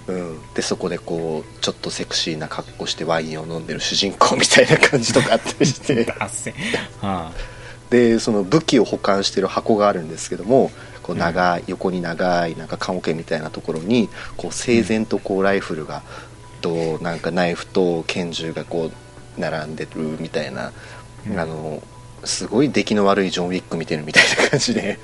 [SPEAKER 2] うん、でそこでこうちょっとセクシーな格好してワインを飲んでる主人公みたいな感じとかあったりして
[SPEAKER 1] あっせはあ
[SPEAKER 2] でその武器を保管してる箱があるんですけどもこう長い横に長いなんか棺桶みたいなところにこう整然とこうライフルがとなんかナイフと拳銃がこう並んでるみたいな、
[SPEAKER 1] うん
[SPEAKER 2] あのすごい出来の悪いジョン・ウィック見てるみたいな感じで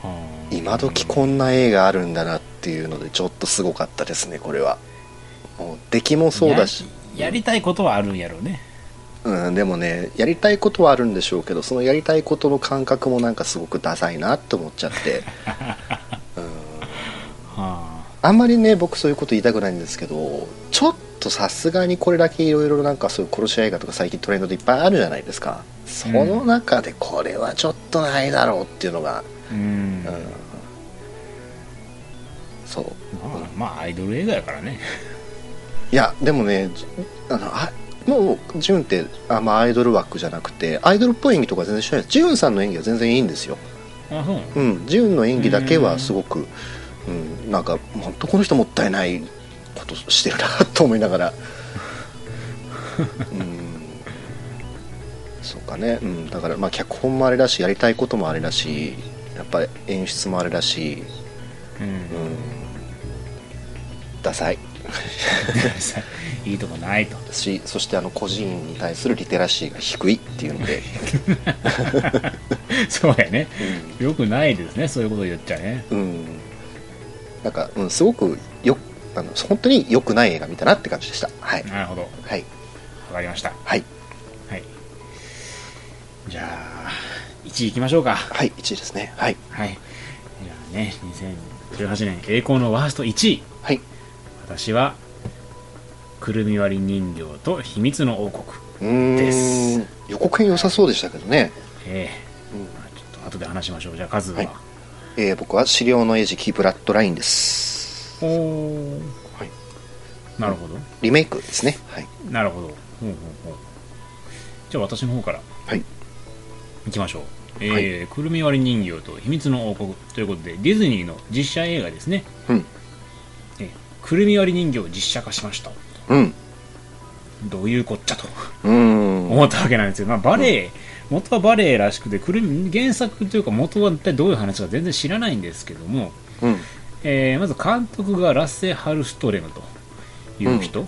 [SPEAKER 1] はあ
[SPEAKER 2] 今時こんな映画あるんだなっていうのでちょっとすごかったですねこれはもう出来もそうだし
[SPEAKER 1] ややりたいことはあるんやろうね
[SPEAKER 2] うん、でもねやりたいことはあるんでしょうけどそのやりたいことの感覚もなんかすごくダサいなと思っちゃって
[SPEAKER 1] は
[SPEAKER 2] あんまりね僕そういうこと言いたくないんですけどちょっとさすがにこれだけいろいろなんかそういう殺し合い映画とか最近トレンドでいっぱいあるじゃないですかその中でこれはちょっとないだろうっていうのが、
[SPEAKER 1] あうん
[SPEAKER 2] うんそう
[SPEAKER 1] まあ、まあアイドル映画やからね
[SPEAKER 2] いやでもねじあのあもうジュンってあ、まあ、アイドル枠じゃなくてアイドルっぽい演技とか全然しないですジュンさんの演技は全然いいんですよ
[SPEAKER 1] あそう
[SPEAKER 2] うん、ジュンの演技だけはすごく、うん、なんか本当この人もったいないことしてるなと思いながら、 うん、そうかね、うん、だからまあ脚本もあれだしやりたいこともあれだしやっぱり演出もあれだし、
[SPEAKER 1] う
[SPEAKER 2] うんん、ダサい
[SPEAKER 1] さ いいとこないと
[SPEAKER 2] しそしてあの個人に対するリテラシーが低いっていうの で、
[SPEAKER 1] そうやね
[SPEAKER 2] うん
[SPEAKER 1] よくないですねそういうこと言っちゃね
[SPEAKER 2] うん、なんか、うん、すごくよあの本当に良くない映画見たなって感じでした。はい、
[SPEAKER 1] なるほどわ
[SPEAKER 2] はい、
[SPEAKER 1] かりました
[SPEAKER 2] はい、
[SPEAKER 1] はいじゃあ1位いきましょうか
[SPEAKER 2] はい、1位ですね。はい、
[SPEAKER 1] はいじゃあね2018年栄光のワースト1位
[SPEAKER 2] はい、
[SPEAKER 1] 私はくるみ割り人形と秘密の王国
[SPEAKER 2] うーん
[SPEAKER 1] です
[SPEAKER 2] 予告編良さそうでしたけどね。
[SPEAKER 1] え
[SPEAKER 2] うん
[SPEAKER 1] えまあちょっと後で話しましょうじゃあカズは、
[SPEAKER 2] はいえー僕は資料の餌食ブラッドラインです。
[SPEAKER 1] おお
[SPEAKER 2] はい、
[SPEAKER 1] なるほど
[SPEAKER 2] リメイクですね。はい、
[SPEAKER 1] なるほどほうほうほうじゃあ私の方から
[SPEAKER 2] はい、
[SPEAKER 1] いきましょう、えー
[SPEAKER 2] は
[SPEAKER 1] くるみ割り人形と秘密の王国ということでディズニーの実写映画ですね、
[SPEAKER 2] うん、
[SPEAKER 1] えーくるみ割り人形を実写化しました
[SPEAKER 2] うん、
[SPEAKER 1] どういうこっちゃと
[SPEAKER 2] うーん、
[SPEAKER 1] 思ったわけなんですけど、まあ、バレエ、元はバレエらしくてくるみ原作というか元は一体どういう話か全然知らないんですけども、
[SPEAKER 2] うん、
[SPEAKER 1] えーまず監督がラッセ・ハルストレムという人、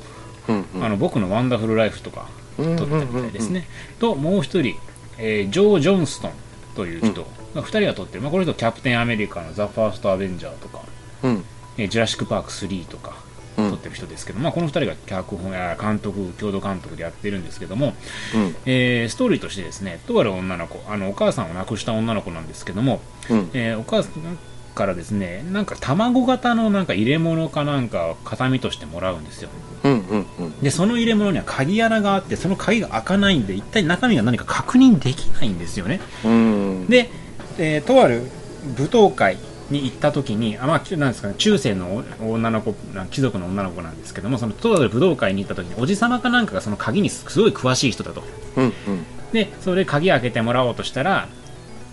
[SPEAKER 2] うん、
[SPEAKER 1] あの僕の「ワンダフル・ライフ」とか
[SPEAKER 2] うん、うん、
[SPEAKER 1] 撮ったみたいですね、ともう一人、えージョー・ジョンストンという人が2人が撮ってる、まあ、この人キャプテンアメリカの「ザ・ファースト・アベンジャー」とか、
[SPEAKER 2] うん。
[SPEAKER 1] えージュラシック・パーク3とか
[SPEAKER 2] うん、う
[SPEAKER 1] 撮っ
[SPEAKER 2] ん、
[SPEAKER 1] てる人ですけど、まあ、この2人が脚本や監督共同監督でやってるんですけども、
[SPEAKER 2] うん、
[SPEAKER 1] えーストーリーとしてですねとある女の子あのお母さんを亡くした女の子なんですけども、
[SPEAKER 2] うん、
[SPEAKER 1] えーお母さんからですねなんか卵型のなんか入れ物かなんかを形見としてもらうんですよ
[SPEAKER 2] うん、うん、うん、
[SPEAKER 1] でその入れ物には鍵穴があってその鍵が開かないんで一体中身が何か確認できないんですよね
[SPEAKER 2] うん、
[SPEAKER 1] で、えーとある舞踏会に行った時にあ、まあ、きなんですかね、中世のお女の子な貴族の女の子なんですけどもそのとある武道会に行った時におじ様かなんかがその鍵にすすごい詳しい人だと
[SPEAKER 2] うん、
[SPEAKER 1] でそれで鍵開けてもらおうとしたら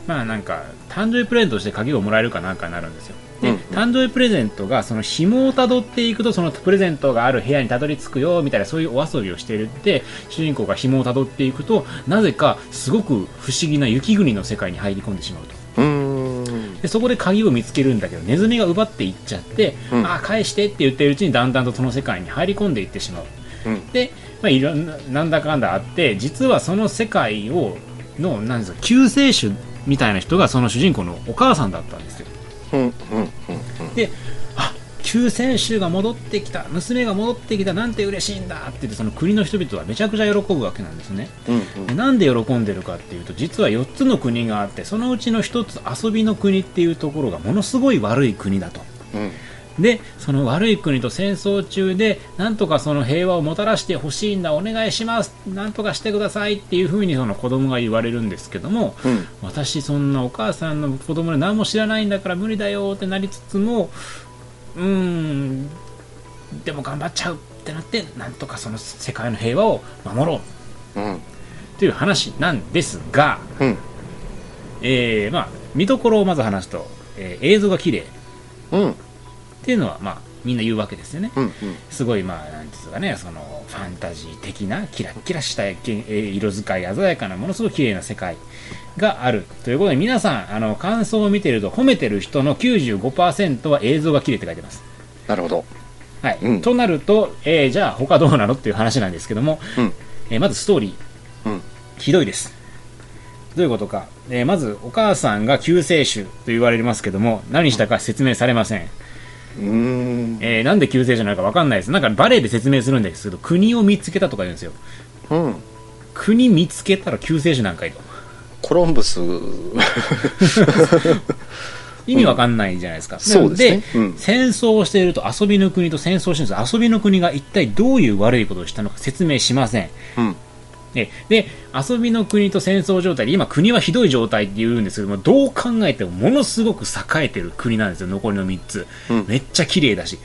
[SPEAKER 1] まあなんか誕生日プレゼントとして鍵をもらえるかなんかになるんですよで、
[SPEAKER 2] うんうん
[SPEAKER 1] 誕生日プレゼントがその紐をたどっていくとそのプレゼントがある部屋にたどり着くよみたいなそういうお遊びをしてるって主人公が紐をたどっていくとなぜかすごく不思議な雪国の世界に入り込んでしまうと
[SPEAKER 2] うん、うん、
[SPEAKER 1] でそこで鍵を見つけるんだけどネズミが奪っていっちゃって、
[SPEAKER 2] うん
[SPEAKER 1] ああ返してって言ってるうちにだんだんとその世界に入り込んでいってしまう
[SPEAKER 2] うん、
[SPEAKER 1] で、まあ、いろんななんだかんだあって実はその世界をのなんですか救世主みたいな人がその主人公のお母さんだったんですよ
[SPEAKER 2] うん、うん、
[SPEAKER 1] であ救世主が戻ってきた娘が戻ってきたなんて嬉しいんだって言ってその国の人々はめちゃくちゃ喜ぶわけなんですね
[SPEAKER 2] うん、
[SPEAKER 1] でなんで喜んでるかっていうと実は4つの国があってそのうちの1つ遊びの国っていうところがものすごい悪い国だと
[SPEAKER 2] うん、
[SPEAKER 1] でその悪い国と戦争中でなんとかその平和をもたらしてほしいんだお願いしますなんとかしてくださいっていうふうにその子供が言われるんですけども、
[SPEAKER 2] うん、
[SPEAKER 1] 私そんなお母さんの子供で何も知らないんだから無理だよってなりつつもうーんでも頑張っちゃうってなってなんとかその世界の平和を守ろう
[SPEAKER 2] うん、
[SPEAKER 1] という話なんですが、
[SPEAKER 2] うん、
[SPEAKER 1] えーまあ、見どころをまず話すと、えー映像が綺麗っ
[SPEAKER 2] うん
[SPEAKER 1] ていうのは、まあ、みんな言うわけですよね。
[SPEAKER 2] うん
[SPEAKER 1] すごい、まあ、なんていうんですかね、その、ファンタジー的な、キラッキラしたえー色使い、鮮やかな、ものすごい綺麗な世界がある。ということで、皆さん、あの、感想を見てると、褒めてる人の95%は映像が綺麗って書いてます。
[SPEAKER 2] なるほど
[SPEAKER 1] はい。
[SPEAKER 2] うん
[SPEAKER 1] となると、えーじゃあ、他どうなのっていう話なんですけども、
[SPEAKER 2] うん
[SPEAKER 1] えーまずストーリー。
[SPEAKER 2] うん
[SPEAKER 1] ひどいです。どういうことか。えーまず、お母さんが救世主と言われますけども、何したか説明されません。
[SPEAKER 2] うーん
[SPEAKER 1] えーなんで救世主なのか分かんないです。なんかバレエで説明するんですけど、国を見つけたとか言うんですよ。
[SPEAKER 2] うん
[SPEAKER 1] 国見つけたら救世主なんかいと。
[SPEAKER 2] コロンブス
[SPEAKER 1] 意味わかんないじゃないですか。
[SPEAKER 2] そうです
[SPEAKER 1] な
[SPEAKER 2] ね
[SPEAKER 1] の
[SPEAKER 2] うん
[SPEAKER 1] 戦争をしていると遊びの国と戦争をしているんです遊びの国が一体どういう悪いことをしたのか説明しません。
[SPEAKER 2] うん
[SPEAKER 1] でで遊びの国と戦争状態で今、国はひどい状態って言うんですけどもどう考えてもものすごく栄えてる国なんですよ、残りの3つ、
[SPEAKER 2] うん
[SPEAKER 1] めっちゃ綺麗だし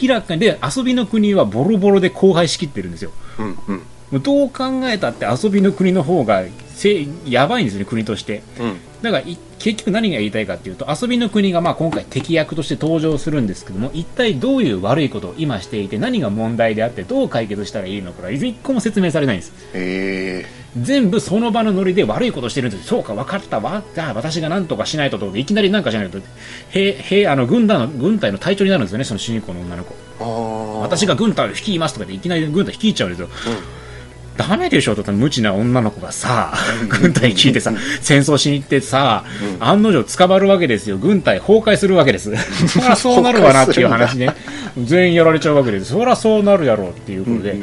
[SPEAKER 1] 明らかにで遊びの国はボロボロで荒廃しきってるんですよ
[SPEAKER 2] うんうん
[SPEAKER 1] もうどう考えたって遊びの国の方がせやばいんですね、国として。
[SPEAKER 2] うん
[SPEAKER 1] だからい結局何が言いたいかっていうと遊びの国がまあ今回敵役として登場するんですけども一体どういう悪いことを今していて何が問題であってどう解決したらいいのかが一個も説明されないんです
[SPEAKER 2] え
[SPEAKER 1] 全部その場のノリで悪いことしてるんですそうか分かったわじゃあ私が何とかしないとと思っていきなり何かしないとへへあの軍団の軍隊の隊長になるんですよねその主人公の女の子
[SPEAKER 2] ー、ああ
[SPEAKER 1] 私が軍隊を率いますとかでいきなり軍隊率いちゃうんですよ、ダメでしょと無知な女の子がさ、軍隊聞いてさ、戦争しに行ってさ、案の定捕まるわけですよ、軍隊崩壊するわけです、そりゃそうなるわなっていう話ね、全員やられちゃうわけです、そりゃそうなるやろうっていうことで、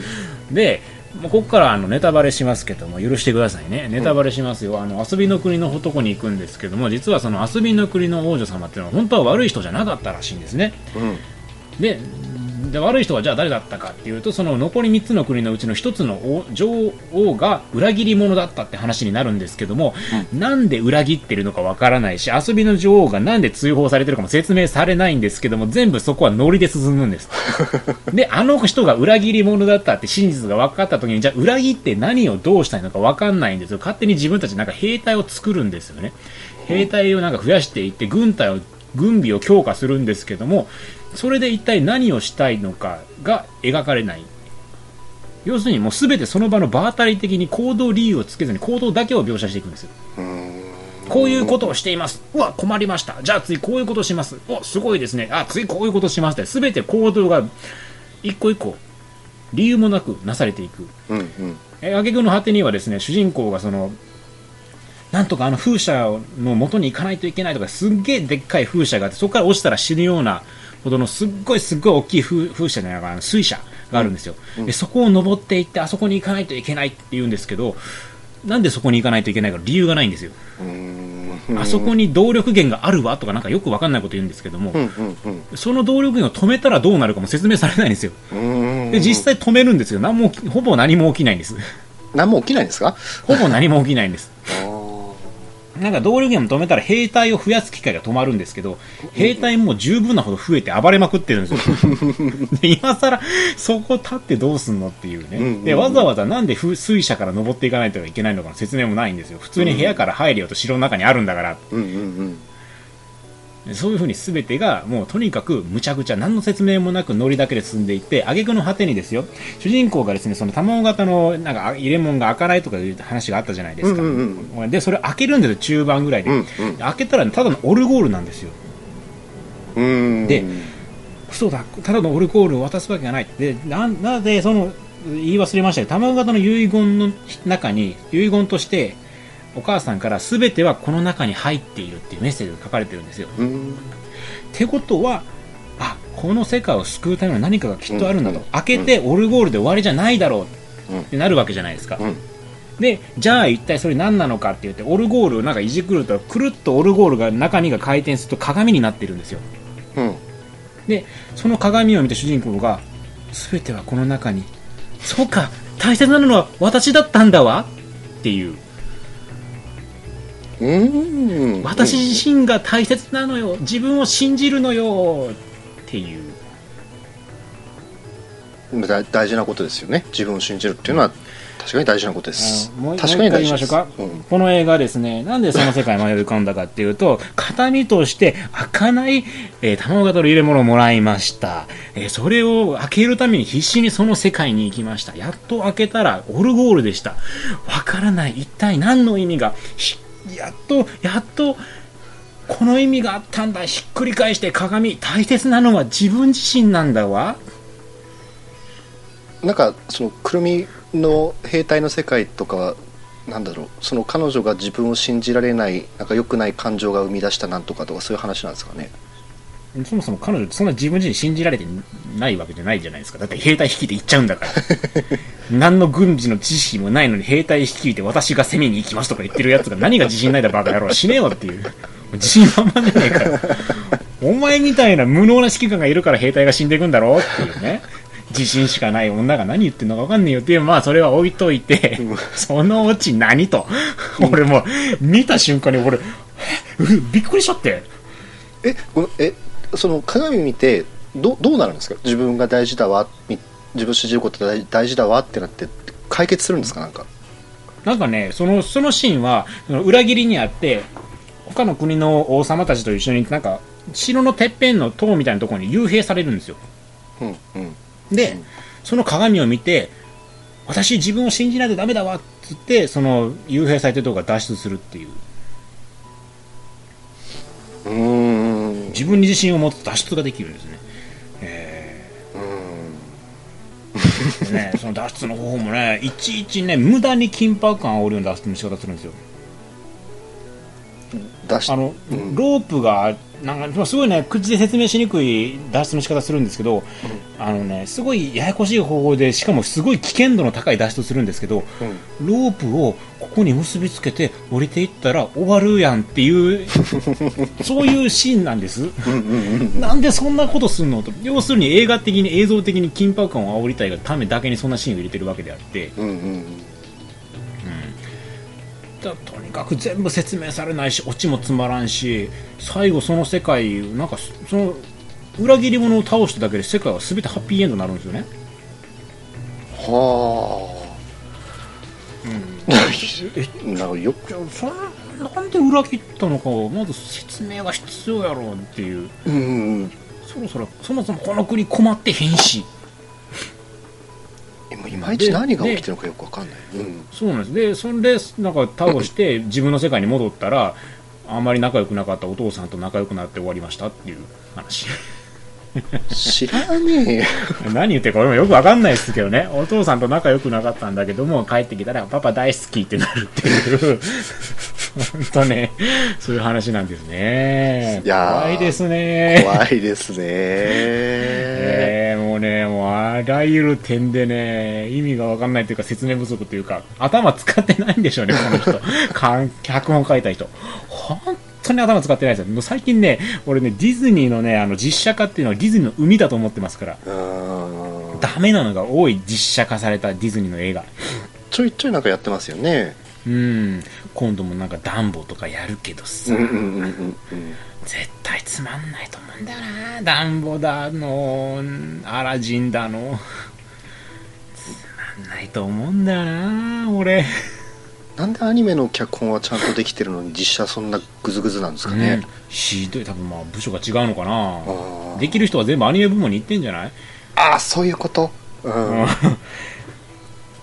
[SPEAKER 1] で、もうここからあのネタバレしますけども、許してくださいね、ネタバレしますよ、あの遊びの国の男に行くんですけども、実はその遊びの国の王女様っていうのは、本当は悪い人じゃなかったらしいんですね。
[SPEAKER 2] うん
[SPEAKER 1] でで悪い人はじゃあ誰だったかっていうとその残り3つの国のうちの1つの王女王が裏切り者だったって話になるんですけども、なんで裏切ってるのかわからないし遊びの女王がなんで追放されてるかも説明されないんですけども全部そこはノリで進むんですであの人が裏切り者だったって真実が分かった時にじゃあ裏切って何をどうしたいのかわかんないんですよ勝手に自分たちなんか兵隊を作るんですよね兵隊をなんか増やしていって軍隊を軍備を強化するんですけどもそれで一体何をしたいのかが描かれない要するにもう全てその場の場当たり的に行動理由をつけずに行動だけを描写していくんですよこういうことをしていますうわ困りましたじゃあ次こういうことしますおすごいですねあ次こういうことしますって全て行動が一個一個理由もなくなされていく
[SPEAKER 2] うんうん
[SPEAKER 1] えー、挙句の果てにはですね主人公がそのなんとかあの風車の元に行かないといけないとかすっげえでっかい風車があってそこから落ちたら死ぬようなほどのすっごいすっごい大きい風風車じゃないかな水車があるんですよ、でそこを登っていってあそこに行かないといけないって言うんですけどなんでそこに行かないといけないか理由がないんですよ、
[SPEAKER 2] うん
[SPEAKER 1] あそこに動力源があるわとかなんかよく分かんないこと言うんですけども、
[SPEAKER 2] うんうんうん
[SPEAKER 1] その動力源を止めたらどうなるかも説明されないんですよ
[SPEAKER 2] うん
[SPEAKER 1] で実際止めるんですよ何も起きほぼ何も起きないんです
[SPEAKER 2] 何も起きないんですか
[SPEAKER 1] ほぼ何も起きないんです
[SPEAKER 2] あー
[SPEAKER 1] なんか動力源を止めたら兵隊を増やす機会が止まるんですけど、兵隊も十分なほど増えて暴れまくってるんですよ。 で今更そこ立ってどうすんのっていう
[SPEAKER 2] うんうんう
[SPEAKER 1] ね。
[SPEAKER 2] ん
[SPEAKER 1] で、わざわざなんでふ水車から登っていかないといけないのかの説明もないんですよ。普通に部屋から入るよと城の中にあるんだから。
[SPEAKER 2] うんうんうん
[SPEAKER 1] そういうふうに全てがもうとにかくむちゃくちゃ何の説明もなくノリだけで進んでいって挙句の果てにですよ主人公がですねその卵型のなんかあ入れ物が開かないとかいう話があったじゃないですか、
[SPEAKER 2] うんう
[SPEAKER 1] でそれ開けるんですよ中盤ぐらいで、
[SPEAKER 2] うんうん
[SPEAKER 1] 開けたらただのオルゴールなんですよ
[SPEAKER 2] うん
[SPEAKER 1] で嘘だただのオルゴールを渡すわけがないでななぜその言い忘れましたけど卵型の遺言の中に遺言としてお母さんから全てはこの中に入っているっていうメッセージが書かれてるんですよ
[SPEAKER 2] うん
[SPEAKER 1] ってことはあこの世界を救うための何かがきっとあるんだと、
[SPEAKER 2] うん
[SPEAKER 1] 開けてオルゴールで終わりじゃないだろう
[SPEAKER 2] うん
[SPEAKER 1] ってなるわけじゃないですか、
[SPEAKER 2] うん
[SPEAKER 1] でじゃあ一体それ何なのかって言ってオルゴールをなんかいじくるとくるっとオルゴールが中身が回転すると鏡になってるんですよ
[SPEAKER 2] うん
[SPEAKER 1] でその鏡を見て主人公が全てはこの中にそうか大切なのは私だったんだわっていう
[SPEAKER 2] うん
[SPEAKER 1] 私自身が大切なのよ自分を信じるのよっていう
[SPEAKER 2] だ大事なことですよね自分を信じるっていうのは確かに大事なことです
[SPEAKER 3] あのもう
[SPEAKER 2] 確
[SPEAKER 3] 一
[SPEAKER 2] かに
[SPEAKER 3] 回
[SPEAKER 2] 大
[SPEAKER 3] 言いま
[SPEAKER 2] 事で
[SPEAKER 3] しょう
[SPEAKER 2] す
[SPEAKER 3] か、
[SPEAKER 2] うん
[SPEAKER 3] この映画ですね、なんでその世界に迷い込んだかっていうと、形見として開かない、えー卵型の入れ物をもらいました、
[SPEAKER 1] えーそれを開けるために必死にその世界に行きました。やっと開けたらオルゴールでした。わからない。一体何の意味が。ひやっと、やっと、この意味があったんだ。ひっくり返して鏡。大切なのは自分自身なんだわ。
[SPEAKER 2] なんかそのくるみの兵隊の世界とかはなんだろうその彼女が自分を信じられないなんか良くない感情が生み出したなんとかとかそういう話なんですかね
[SPEAKER 1] そもそも彼女、そんな自分自身信じられてないわけじゃないじゃないですか。だって兵隊率いて行っちゃうんだから。何の軍事の知識もないのに兵隊率いて私が攻めに行きますとか言ってるやつが何が自信ないだバカ野郎死ねよっていう。自信満々じゃねえかよ。お前みたいな無能な指揮官がいるから兵隊が死んでいくんだろうっていうね。自信しかない女が何言ってるのか分かんねえよっていう、まあそれは置いといて、そのうち何と。俺もう見た瞬間に俺、えびっくりしちゃって。
[SPEAKER 2] えごめんえその鏡見てどどうなるんですか自分が大事だわみ自分を信じることが大大事だわってなって解決するんですかなんか
[SPEAKER 1] なんかね、その、そのシーンは、その裏切りにあって、他の国の王様たちと一緒に、なんか、城のてっぺんの塔みたいなところに幽閉されるんですよ。
[SPEAKER 2] うんうん
[SPEAKER 1] で、その鏡を見て、私自分を信じないとダメだわっつって、その幽閉されてるとこから脱出するっていう。
[SPEAKER 2] うーん
[SPEAKER 1] 自分に自信を持つ脱出ができるんですね。えーでね、その脱出の方法もね、いちいちね、無駄に緊迫感を煽るような脱出の仕方するんですよ。
[SPEAKER 2] 出し
[SPEAKER 1] あの、
[SPEAKER 2] うん
[SPEAKER 1] ロープがなんかすごいね口で説明しにくい脱出の仕方するんですけど、あのねすごいややこしい方法でしかもすごい危険度の高い脱出するんですけど、ロープをここに結びつけて降りていったら終わるやんって いうそういうシーンなんです。なんでそんなことすんのと要するに映画的に映像的に緊迫感を煽りたいがためだけにそんなシーンを入れてるわけであって。
[SPEAKER 2] うんうん
[SPEAKER 1] だとにかく全部説明されないしオチもつまらんし最後その世界なんかそその裏切り者を倒しただけで世界は全てハッピーエンドになるんですよね
[SPEAKER 2] はあ、なん かよ
[SPEAKER 1] いやそれなんで裏切ったのかをまず説明が必要やろうっていう
[SPEAKER 2] うん
[SPEAKER 1] そろそろそもそもこの国困ってへんし
[SPEAKER 2] 今いまいち何が起きてるのかよくわかんない、うん、
[SPEAKER 1] そうなんですでそんでなんか倒して自分の世界に戻ったらあんまり仲良くなかったお父さんと仲良くなって終わりましたっていう話
[SPEAKER 2] 知らねえよ
[SPEAKER 1] 何言ってるか俺もよくわかんないですけどねお父さんと仲良くなかったんだけども帰ってきたらパパ大好きってなるっていう本当ねそういう話なんですね
[SPEAKER 2] いやー
[SPEAKER 1] 怖いですね
[SPEAKER 2] 怖いですね
[SPEAKER 1] えーもう ねもうあらゆる点でね意味がわかんないというか説明不足というか頭使ってないんでしょうねこの 人かん脚本書いた人本当に頭使ってないですよもう最近ね俺ねディズニーのねあの実写化っていうのはディズニーの海だと思ってますから
[SPEAKER 2] うーん
[SPEAKER 1] ダメなのが多い実写化されたディズニーの映画。
[SPEAKER 2] ちょいちょいなんかやってますよね
[SPEAKER 1] うん。今度もなんかダンボとかやるけど
[SPEAKER 2] う
[SPEAKER 1] さ、
[SPEAKER 2] んうんうんうんうん
[SPEAKER 1] 絶対つまんないと思うんだよな。ダンボだの、アラジンだの。つまんないと思うんだよな、俺。
[SPEAKER 2] なんでアニメの脚本はちゃんとできてるのに実写そんなグズグズなんですか
[SPEAKER 1] うん
[SPEAKER 2] ね、
[SPEAKER 1] ひどい。多分まあ部署が違うのかな。
[SPEAKER 2] あ
[SPEAKER 1] できる人は全部アニメ部門に行ってんじゃない
[SPEAKER 2] あーそういうことうん、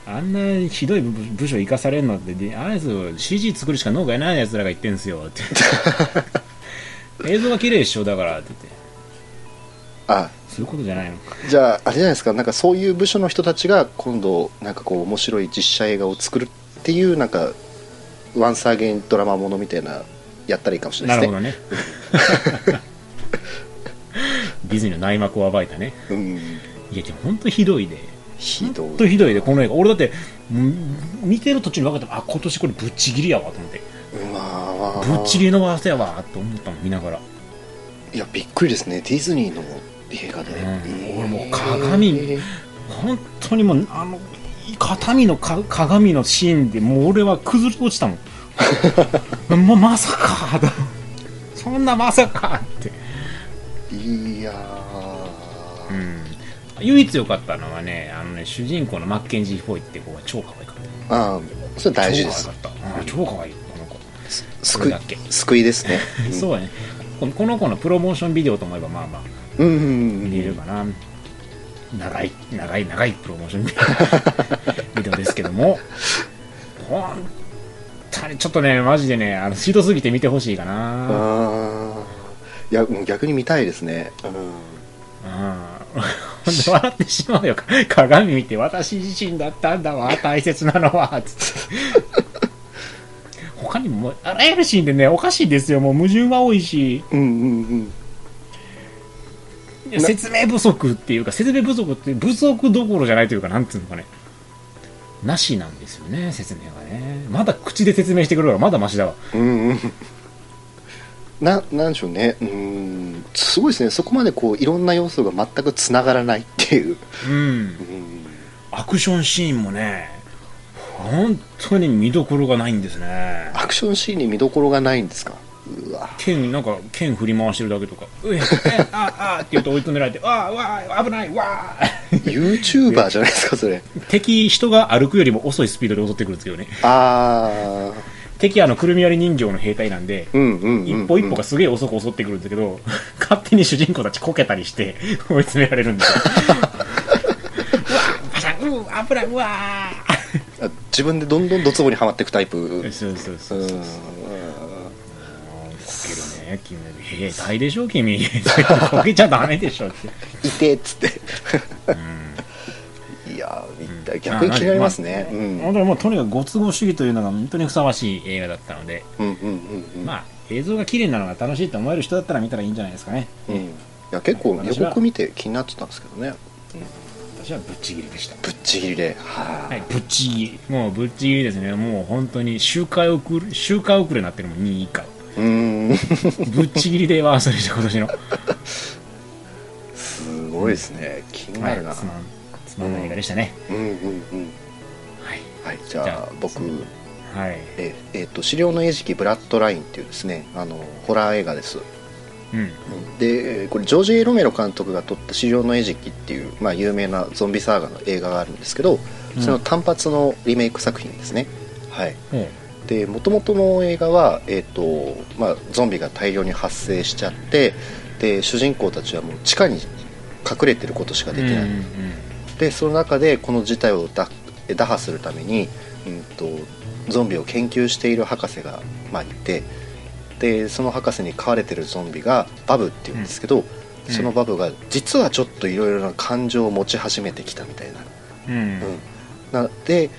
[SPEAKER 1] あんなひどい部部署行かされるのって、であれですよ、CG 作るしか農家いないやつらが言ってんすよ って。映像が綺麗でしょ、だからって言って。
[SPEAKER 2] あ
[SPEAKER 1] そういうことじゃないの
[SPEAKER 2] じゃああれじゃないですかなんかそういう部署の人たちが今度なんかこう面白い実写映画を作るっていうなんかワンサーゲインドラマものみたいなやったらいいかもしれな
[SPEAKER 1] ないる
[SPEAKER 2] です
[SPEAKER 1] ほ
[SPEAKER 2] ね
[SPEAKER 1] どね。ディズニーの内幕を暴いたね。
[SPEAKER 2] うん
[SPEAKER 1] いや、でも本当ひどいで。
[SPEAKER 2] ひど
[SPEAKER 1] 本当
[SPEAKER 2] い
[SPEAKER 1] ひどいで、この映画。俺だって、ん見てる途中に分かったあ、今年これぶっちぎりやわと思って。
[SPEAKER 2] うわ
[SPEAKER 1] ぶっち
[SPEAKER 2] り
[SPEAKER 1] ぎりのわせやわと思ったの、見ながら。
[SPEAKER 2] いやびっくりですねディズニーの映画で、
[SPEAKER 1] うん
[SPEAKER 2] えー
[SPEAKER 1] 俺もう鏡本当にもう、あの、片身のか鏡のシーンで、もう俺は崩れ落ちたも ん。もうまさかだ。そんなまさかって。
[SPEAKER 2] いや
[SPEAKER 1] う
[SPEAKER 2] ー
[SPEAKER 1] ん唯一良かったのはねあのね主人公のマッケンジー・フォイって子が超可愛かった
[SPEAKER 2] ああそれ大事です
[SPEAKER 1] 超可愛かったうん超可愛いこの子そ
[SPEAKER 2] 救
[SPEAKER 1] れ
[SPEAKER 2] い
[SPEAKER 1] だけ
[SPEAKER 2] 救いですね
[SPEAKER 1] そうやねこのこの子のプロモーションビデオと思えばまあまあ
[SPEAKER 2] うんうんうんうん
[SPEAKER 1] 見れるかな、長い長い長いプロモーションビデオビデオですけども本当にちょっとねマジでねあのひどすぎて見てほしいかな
[SPEAKER 2] あーいやもう逆に見たいですね、う
[SPEAKER 1] うんほん で笑ってしまうよ鏡見て私自身だったんだわ大切なのはつって他にももうあらゆるシーンでねおかしいんですよもう矛盾は多いし
[SPEAKER 2] ん、うんうんうん
[SPEAKER 1] いや説明不足っていうか説明不足って不足どころじゃないというかなんつうのかねなしなんですよね説明がねまだ口で説明してくるからまだマシだわ
[SPEAKER 2] うんうんななんでしょうねうんすごいですねそこまでこういろんな要素が全くつながらないっていう、
[SPEAKER 1] うん
[SPEAKER 2] うん、
[SPEAKER 1] アクションシーンもね本当に見どころがないんですね
[SPEAKER 2] アクションシーンに見どころがないんですかうわ
[SPEAKER 1] 剣なんか剣振り回してるだけとか 「うええああ」って言うと追い詰められて「わあわあ危ないわ あ」
[SPEAKER 2] YouTuber じゃないですかそれ
[SPEAKER 1] 敵人が歩くよりも遅いスピードで襲ってくるんですけどね
[SPEAKER 2] ああ
[SPEAKER 1] 敵あのくるみ割り人形の兵隊なんで
[SPEAKER 2] うんうんうん、うん、
[SPEAKER 1] 一歩一歩がすげえ遅く襲ってくるんだけど、勝手に主人公たちこけたりして追い詰められるんです ようわパシャンうわ危ないうわ
[SPEAKER 2] あ自分でどんどんドツボにはまっていくタイプ
[SPEAKER 1] そうそうそううそう、う
[SPEAKER 2] ん
[SPEAKER 1] こけるね君兵隊でしょ君こけちゃダメでしょって
[SPEAKER 2] いてっつって いやー逆に気になりますね、うん、
[SPEAKER 1] 本当にもうとにかくご都合主義というのが本当にふさわしい映画だったので、
[SPEAKER 2] うんうんうんうん、
[SPEAKER 1] まあ映像が綺麗なのが楽しいと思える人だったら見たらいいんじゃないですかね
[SPEAKER 2] うん、いや結構予告見て気になってたんですけどね
[SPEAKER 1] 私はぶっちぎりでした
[SPEAKER 2] ぶっちぎりでは
[SPEAKER 1] はいい、ぶっちぎりもうぶっちぎりですねもう本当に周回遅れ周回遅れになってるもん2位以下
[SPEAKER 2] うーん
[SPEAKER 1] ぶっちぎりでワーストでした今年の
[SPEAKER 2] すごいですね気に
[SPEAKER 1] は
[SPEAKER 2] ないるな、
[SPEAKER 1] つまんつまんない映画でしたね、
[SPEAKER 2] うんうんうん
[SPEAKER 1] はい
[SPEAKER 2] はいじゃあ
[SPEAKER 1] じゃあ
[SPEAKER 2] 僕
[SPEAKER 1] はい
[SPEAKER 2] ええっと「資料の餌食ブラッドライン」っていうですねあのホラー映画です
[SPEAKER 1] うん
[SPEAKER 2] でえーこれジョージ・ロメロ監督が撮った「史上の餌食」っていう、まあ、有名なゾンビサーガの映画があるんですけどその単発のリメイク作品ですね、はい
[SPEAKER 1] ほう
[SPEAKER 2] で元々の映画は、えーとまあ、ゾンビが大量に発生しちゃってで主人公たちはもう地下に隠れてることしかできない、
[SPEAKER 1] うんうん
[SPEAKER 2] でその中でこの事態を打打破するために、うん、とゾンビを研究している博士が、まあ、いてでその博士に飼われてるゾンビがバブっていうんですけど、
[SPEAKER 1] うん
[SPEAKER 2] そのバブが実はちょっといろいろな感情を持ち始めてきたみたいな。
[SPEAKER 1] うんうん
[SPEAKER 2] なので、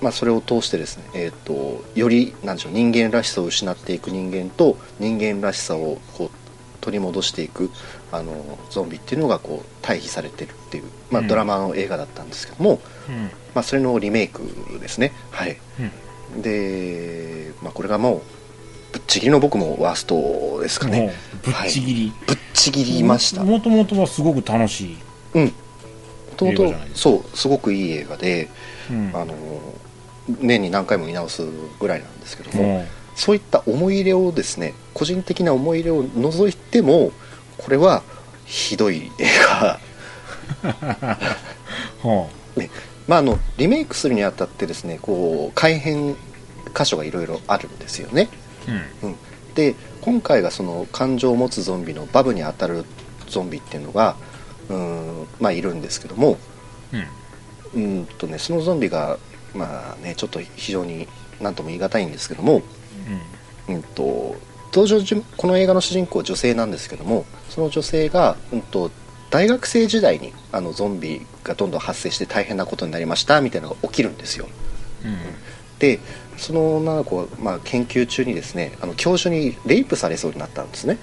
[SPEAKER 2] まあ、それを通してですね、えー、とよりなんでしょう人間らしさを失っていく人間と人間らしさをこう取り戻していくあのゾンビっていうのがこう対比されてるっていう、まあ、
[SPEAKER 1] うん
[SPEAKER 2] ドラマの映画だったんですけども、
[SPEAKER 1] うん
[SPEAKER 2] まあ、それのリメイクですねはい、で、まあ、これがもうぶっちぎりの僕もワーストですか
[SPEAKER 1] も
[SPEAKER 2] ね
[SPEAKER 1] うぶっちぎり、
[SPEAKER 2] ぶっちぎりました
[SPEAKER 1] もともとはすごく楽しい、
[SPEAKER 2] うんも
[SPEAKER 1] 映
[SPEAKER 2] と
[SPEAKER 1] 画
[SPEAKER 2] も
[SPEAKER 1] じ
[SPEAKER 2] と
[SPEAKER 1] ゃないです
[SPEAKER 2] そうすごくいい映画で
[SPEAKER 1] うん
[SPEAKER 2] あの年に何回も見直すぐらいなんですけども、
[SPEAKER 1] も
[SPEAKER 2] そういった思い入れをですね個人的な思い入れを除いてもこれはひどい映画、
[SPEAKER 1] うほ
[SPEAKER 2] ねまあ、あのリメイクするにあたってですねこう改変箇所がいろいろあるんですよね、
[SPEAKER 1] ううん
[SPEAKER 2] うん、で今回がその感情を持つゾンビのバブに当たるゾンビっていうのがうーんまあいるんですけども、
[SPEAKER 1] うん
[SPEAKER 2] うーんとね、そのゾンビが、まあね、ちょっと非常に何とも言い難いんですけども、うん、と登場人この映画の主人公は女性なんですけどもその女性が、うん、と大学生時代にあのゾンビがどんどん発生して大変なことになりましたみたいなのが起きるんですよ
[SPEAKER 1] うん
[SPEAKER 2] でその女の子は、まあ、研究中にですねあの教授にレイプされそうになったんですね、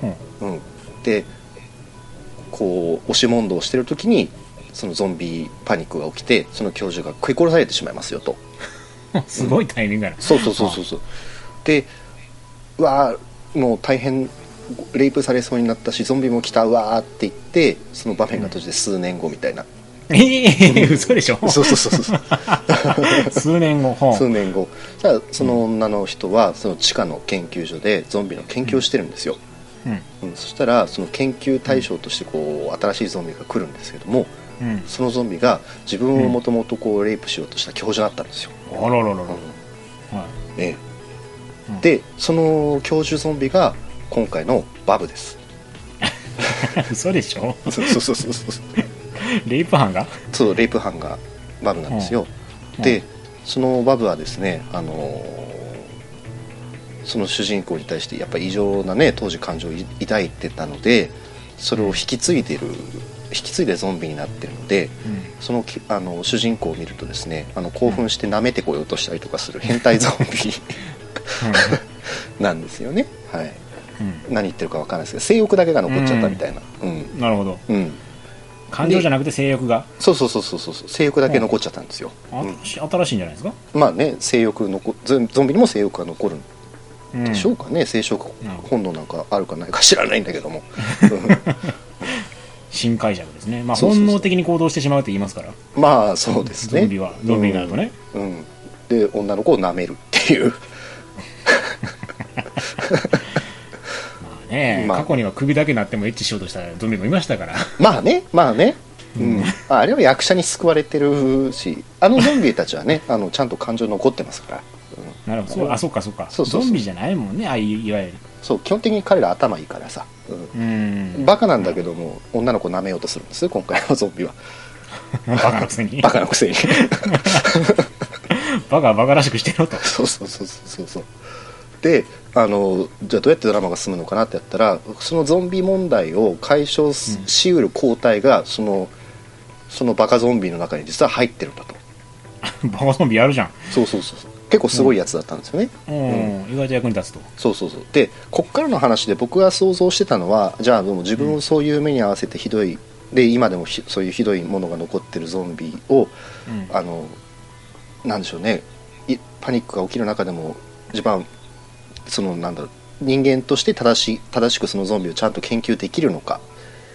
[SPEAKER 1] ほう
[SPEAKER 2] うん、でこう押し問答をしてる時にそのゾンビパニックが起きてその教授が食い殺されてしまいますよと
[SPEAKER 1] すごいタイミングだな
[SPEAKER 2] そうそうそうそうそうでうわーもう大変レイプされそうになったしゾンビも来たうわーって言ってその場面が閉じて数年後みたいな、
[SPEAKER 1] ええ嘘でしょ
[SPEAKER 2] そうそうそうそう
[SPEAKER 1] 数年後ほう
[SPEAKER 2] 数年後じゃあその女の人はその地下の研究所でゾンビの研究をしてるんですよ、
[SPEAKER 1] ううん
[SPEAKER 2] うん、そしたらその研究対象としてこう新しいゾンビが来るんですけども
[SPEAKER 1] うん
[SPEAKER 2] そのゾンビが自分をもともとこうレイプしようとした教授だったんですよ、
[SPEAKER 1] あららららは
[SPEAKER 2] うんね
[SPEAKER 1] うん
[SPEAKER 2] でその教授ゾンビが今回のバブです
[SPEAKER 1] い 嘘でしょ
[SPEAKER 2] そうそうそうそうそう
[SPEAKER 1] レイプ犯が
[SPEAKER 2] そうレイプ犯がバブなんですよ、
[SPEAKER 1] うん
[SPEAKER 2] でそのバブはですね、あのーその主人公に対してやっぱり異常なね当時感情を抱いてたのでそれを引き継いでる引き継いでゾンビになってるので
[SPEAKER 1] うん
[SPEAKER 2] そのきあの主人公を見るとですねあの興奮して舐めてこようとしたりとかする変態ゾンビ なんですよね、はい、
[SPEAKER 1] うん
[SPEAKER 2] 何言ってるか分からないですけど性欲だけが残っちゃったみたいなうん、
[SPEAKER 1] うんなるほど
[SPEAKER 2] うん、
[SPEAKER 1] 感情じゃなくて性欲が
[SPEAKER 2] そうそうそうそうそう性欲だけ残っちゃったんですよ、
[SPEAKER 1] あ
[SPEAKER 2] うん
[SPEAKER 1] し新しいんじゃないですか
[SPEAKER 2] まあね性欲残ゾンゾンビにも性欲が残るん
[SPEAKER 1] うん
[SPEAKER 2] でしょうかね、生殖
[SPEAKER 1] なるほど
[SPEAKER 2] 本能なんかあるかないか知らないんだけども、
[SPEAKER 1] 新解釈ですねまあ
[SPEAKER 2] そうそうそう
[SPEAKER 1] 本能的に行動してしまうと言いますから
[SPEAKER 2] うん まあそうですね
[SPEAKER 1] ゾンビはゾンビになるとね
[SPEAKER 2] うん、うんで女の子を舐めるっていう
[SPEAKER 1] まあね
[SPEAKER 2] まあ
[SPEAKER 1] 過去には首だけなってもエッチしようとしたゾンビもいましたから
[SPEAKER 2] まあねまあねうん、あれは役者に救われてるしあのゾンビたちはね あのちゃんと感情残ってますから、うん
[SPEAKER 1] なるほどそうあそうかそうか
[SPEAKER 2] そうそうそう
[SPEAKER 1] ゾンビじゃないもんねああいういわゆる
[SPEAKER 2] そう基本的に彼ら頭いいからさ、う
[SPEAKER 1] うん
[SPEAKER 2] ん、バカなんだけども女の子舐めようとするんですよ今回のゾンビは
[SPEAKER 1] バカなくせに
[SPEAKER 2] バカのくせに
[SPEAKER 1] バカはバカらしくしてろと
[SPEAKER 2] そうそうそうそうそうであのじゃあどうやってドラマが進むのかなってやったらそのゾンビ問題を解消す
[SPEAKER 1] うん
[SPEAKER 2] しうる抗体がそのそのバカゾンビの中に実は入ってるんだと
[SPEAKER 1] バカゾンビやるじゃん
[SPEAKER 2] そうそうそうそう結構すごいやつだったんですよね、
[SPEAKER 1] うん、意外と役に立つと
[SPEAKER 2] そうそうそうでこっからの話で僕が想像してたのはじゃあでも自分をそういう目に合わせてひどい、で今でもひそういうひどいものが残ってるゾンビ
[SPEAKER 1] う
[SPEAKER 2] を
[SPEAKER 1] ん
[SPEAKER 2] あのなんでしょうねいパニックが起きる中でも一番そのなんだろう人間として正しい正しくそのゾンビをちゃんと研究できるのか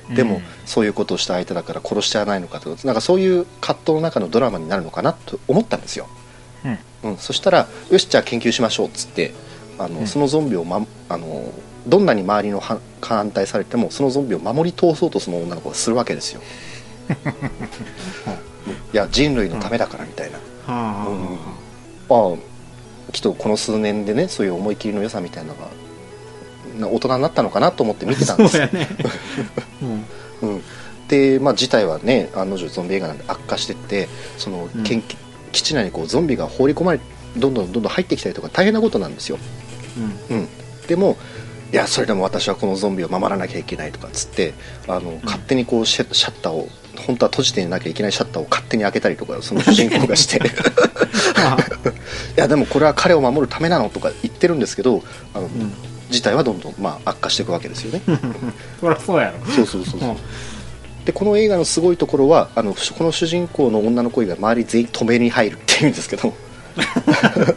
[SPEAKER 2] でも、
[SPEAKER 1] うん
[SPEAKER 2] そういうことをした相手だから殺してはないのかとかなんかそういう葛藤の中のドラマになるのかなと思ったんですよ。
[SPEAKER 1] うん
[SPEAKER 2] うん、そしたらよしじゃあ研究しましょうっつってあの、
[SPEAKER 1] うん
[SPEAKER 2] そのゾンビを、ま、あのどんなに周りの反反対されてもそのゾンビを守り通そうとその女の子はするわ けですよいや人類のためだからみたいな、
[SPEAKER 1] はあ
[SPEAKER 2] うんうんああきっとこの数年でねそういう思い切りの良さみたいなのがな大人になったのかなと思って見てたんですよ
[SPEAKER 1] ね、うん
[SPEAKER 2] うん、で、まあ、事態はね案の定ゾンビ映画なんで悪化してってその、
[SPEAKER 1] うん
[SPEAKER 2] 研究基地内にこうゾンビが放り込まれどんどんどんどん入ってきたりとか大変なことなんですよ、うん、でもいやそれでも私はこのゾンビを守らなきゃいけないとかっつってあの、勝手にこうシャシャッターを本当は閉じていなきゃいけないシャッターを勝手に開けたりとかその主人公 がしていやでもこれは彼を守るためなのとか言ってるんですけどあの、
[SPEAKER 1] ん
[SPEAKER 2] 事態はどんどん、まあ、悪化していくわけですよね。
[SPEAKER 1] そりゃそうやろ
[SPEAKER 2] そうそうそうそうでこの映画のすごいところはあのこの主人公の女の子以外周り全員止めに入るっていうんですけど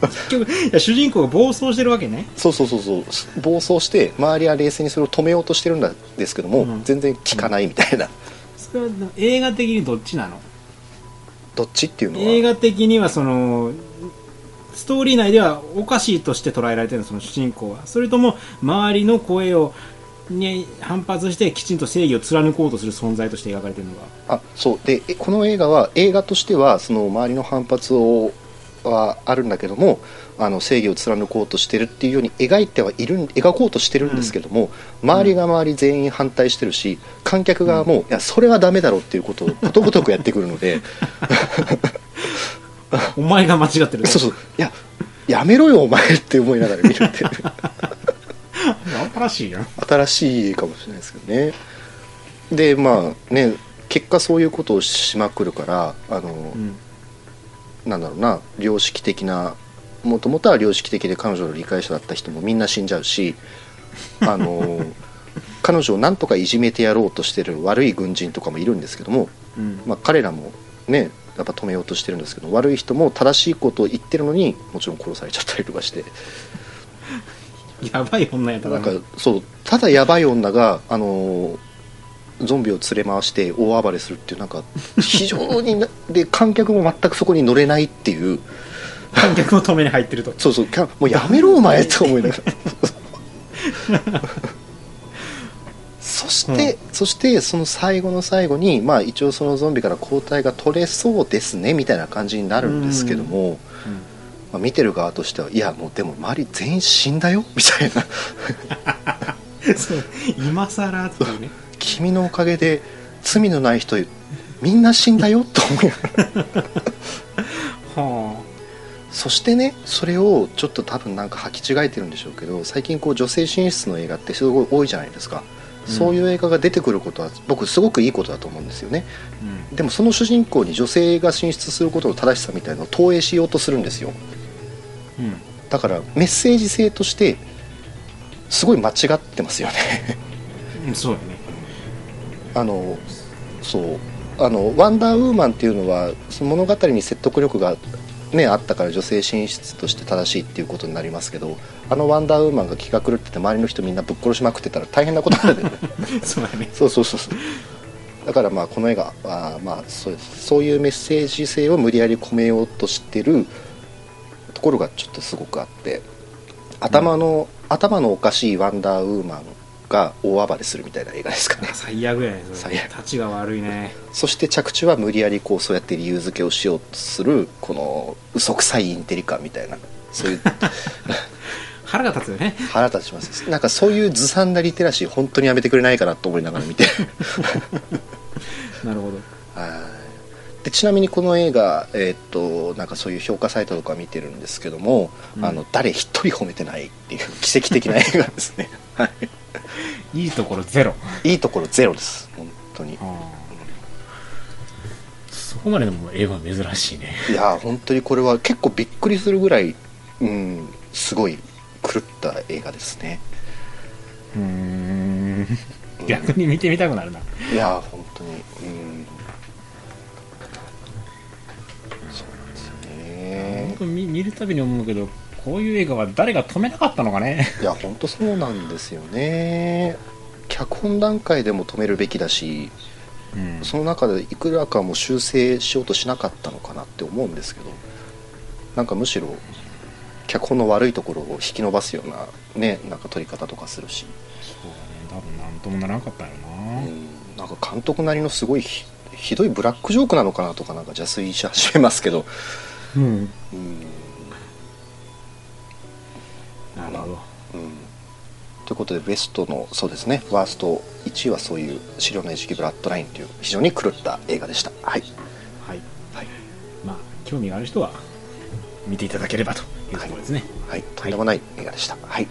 [SPEAKER 1] 結局いや主人公が暴走してるわけね
[SPEAKER 2] そうそうそうそう暴走して周りは冷静にそれを止めようとしてるんですけども、
[SPEAKER 1] うん
[SPEAKER 2] 全然効かないみたいな、
[SPEAKER 1] それは映画的にどっちなの
[SPEAKER 2] どっちっていうのは
[SPEAKER 1] 映画的にはそのストーリー内ではおかしいとして捉えられてるのその主人公はそれとも周りの声をに反発してきちんと正義を貫こうとする存在として描かれてるのが
[SPEAKER 2] あそうでえこの映画は映画としてはその周りの反発をはあるんだけどもあの正義を貫こうとしてるっていうように描いてはいるん描こうとしてるんですけども、周りが周り全員反対してるし観客側も、いやそれはダメだろうっていうことをことごとくやってくるので
[SPEAKER 1] お前が間違ってる
[SPEAKER 2] そうそういややめろよお前って思いながら見るっていう
[SPEAKER 1] 新 しいよ
[SPEAKER 2] 新しいかもしれないですけどねでまあね結果そういうことをしまくるからあの、
[SPEAKER 1] うん
[SPEAKER 2] なんだろうな良識的なもともとは良識的で彼女の理解者だった人もみんな死んじゃう しあの彼女をなんとかいじめてやろうとしてる悪い軍人とかもいるんですけども、
[SPEAKER 1] うん
[SPEAKER 2] まあ、彼らもねやっぱ止めようとしてるんですけど悪い人も正しいことを言ってるのにもちろん殺されちゃったりとかして
[SPEAKER 1] やばい女やった
[SPEAKER 2] なんか
[SPEAKER 1] ね
[SPEAKER 2] そうただやばい女があのゾンビを連れ回して大暴れするっていうなんか非常になで観客も全くそこに乗れないっていう。
[SPEAKER 1] 観客の止めに入ってると
[SPEAKER 2] そうそうキャもうやめろお前と思いながらして、そしてその最後の最後に、まあ、一応そのゾンビから抗体が取れそうですねみたいな感じになるんですけども、まあ、見てる側としてはいやもうでも周り全員死んだよ みたいな
[SPEAKER 3] そう今更っていうね
[SPEAKER 2] 君のおかげで罪のない人みんな死んだよと思いながら
[SPEAKER 3] は
[SPEAKER 2] そしてねそれをちょっと多分なんか履き違えてるんでしょうけど最近こう女性進出の映画ってすごい多いじゃないですか、
[SPEAKER 1] うん
[SPEAKER 2] そういう映画が出てくることは僕すごくいいことだと思うんですよね
[SPEAKER 3] あ、うん
[SPEAKER 2] でもその主人公に女性が進出することの正しさみたいのを投影しようとするんですよ
[SPEAKER 3] うん、
[SPEAKER 2] だからメッセージ性としてすごい間違ってますよね
[SPEAKER 3] うんそうだね
[SPEAKER 2] あのそうあの「ワンダーウーマン」っていうのはその物語に説得力が、ね、あったから女性進出として正しいっていうことになりますけどあの「ワンダーウーマン」が気が狂ってて周りの人みんなぶっ殺しまくってたら大変なことになるよね
[SPEAKER 3] そうだね
[SPEAKER 2] そうそうそうそうだからまあこの映画はまあそうですそういうメッセージ性を無理やり込めようとしてるところがちょっとすごくあって頭の、頭のおかしいワンダーウーマンが大暴れするみたいな映画ですかね
[SPEAKER 3] 最悪やねそれ
[SPEAKER 2] 最悪
[SPEAKER 3] 立ちが悪いね
[SPEAKER 2] そして着地は無理やりこうそうやって理由付けをしようとするこの嘘くさいインテリ感みたいなそういう
[SPEAKER 3] 腹が立つよね
[SPEAKER 2] 腹立ちますなんかそういうずさんなリテラシー本当にやめてくれないかなと思いなが ら見て
[SPEAKER 3] なるほど
[SPEAKER 2] はいでちなみにこの映画、えーっとなんかそういう評価サイトとか見てるんですけども、
[SPEAKER 3] うん
[SPEAKER 2] あの誰一人褒めてないっていう奇跡的な映画です ね
[SPEAKER 1] いいところゼロ
[SPEAKER 2] いいところゼロです本当に
[SPEAKER 1] そこまででも映画は珍しいね
[SPEAKER 2] いやー本当にこれは結構びっくりするぐらい、うん、すごい狂った映画ですね
[SPEAKER 1] うーん 逆に見てみたくなるない
[SPEAKER 2] やー本当にうんそうなんですよね
[SPEAKER 1] 僕見見るたびに思うけどこういう映画は誰が止めなかったのかね
[SPEAKER 2] いや本当そうなんですよね脚本段階でも止めるべきだし
[SPEAKER 1] うん
[SPEAKER 2] その中でいくらかもう修正しようとしなかったのかなって思うんですけどなんかむしろ脚本の悪いところを引き伸ばすようなねなんか撮り方とかするし、
[SPEAKER 1] そうだね多分なんともならなかったよ
[SPEAKER 2] う
[SPEAKER 1] な、
[SPEAKER 2] ん、なんか監督なりのすごいひひどいブラックジョークなのかなとかなんか邪推し始めますけど、
[SPEAKER 3] うん
[SPEAKER 2] うん、
[SPEAKER 3] なるほど
[SPEAKER 2] うんということでベストのそうですねワースト1位はそういう「資料の餌食ブラッドライン」という非常に狂った映画でしたはい、
[SPEAKER 3] はい
[SPEAKER 2] はい
[SPEAKER 1] まあ興味がある人は見ていただければというところですね、
[SPEAKER 2] はい、とんでもない映画でしたはい、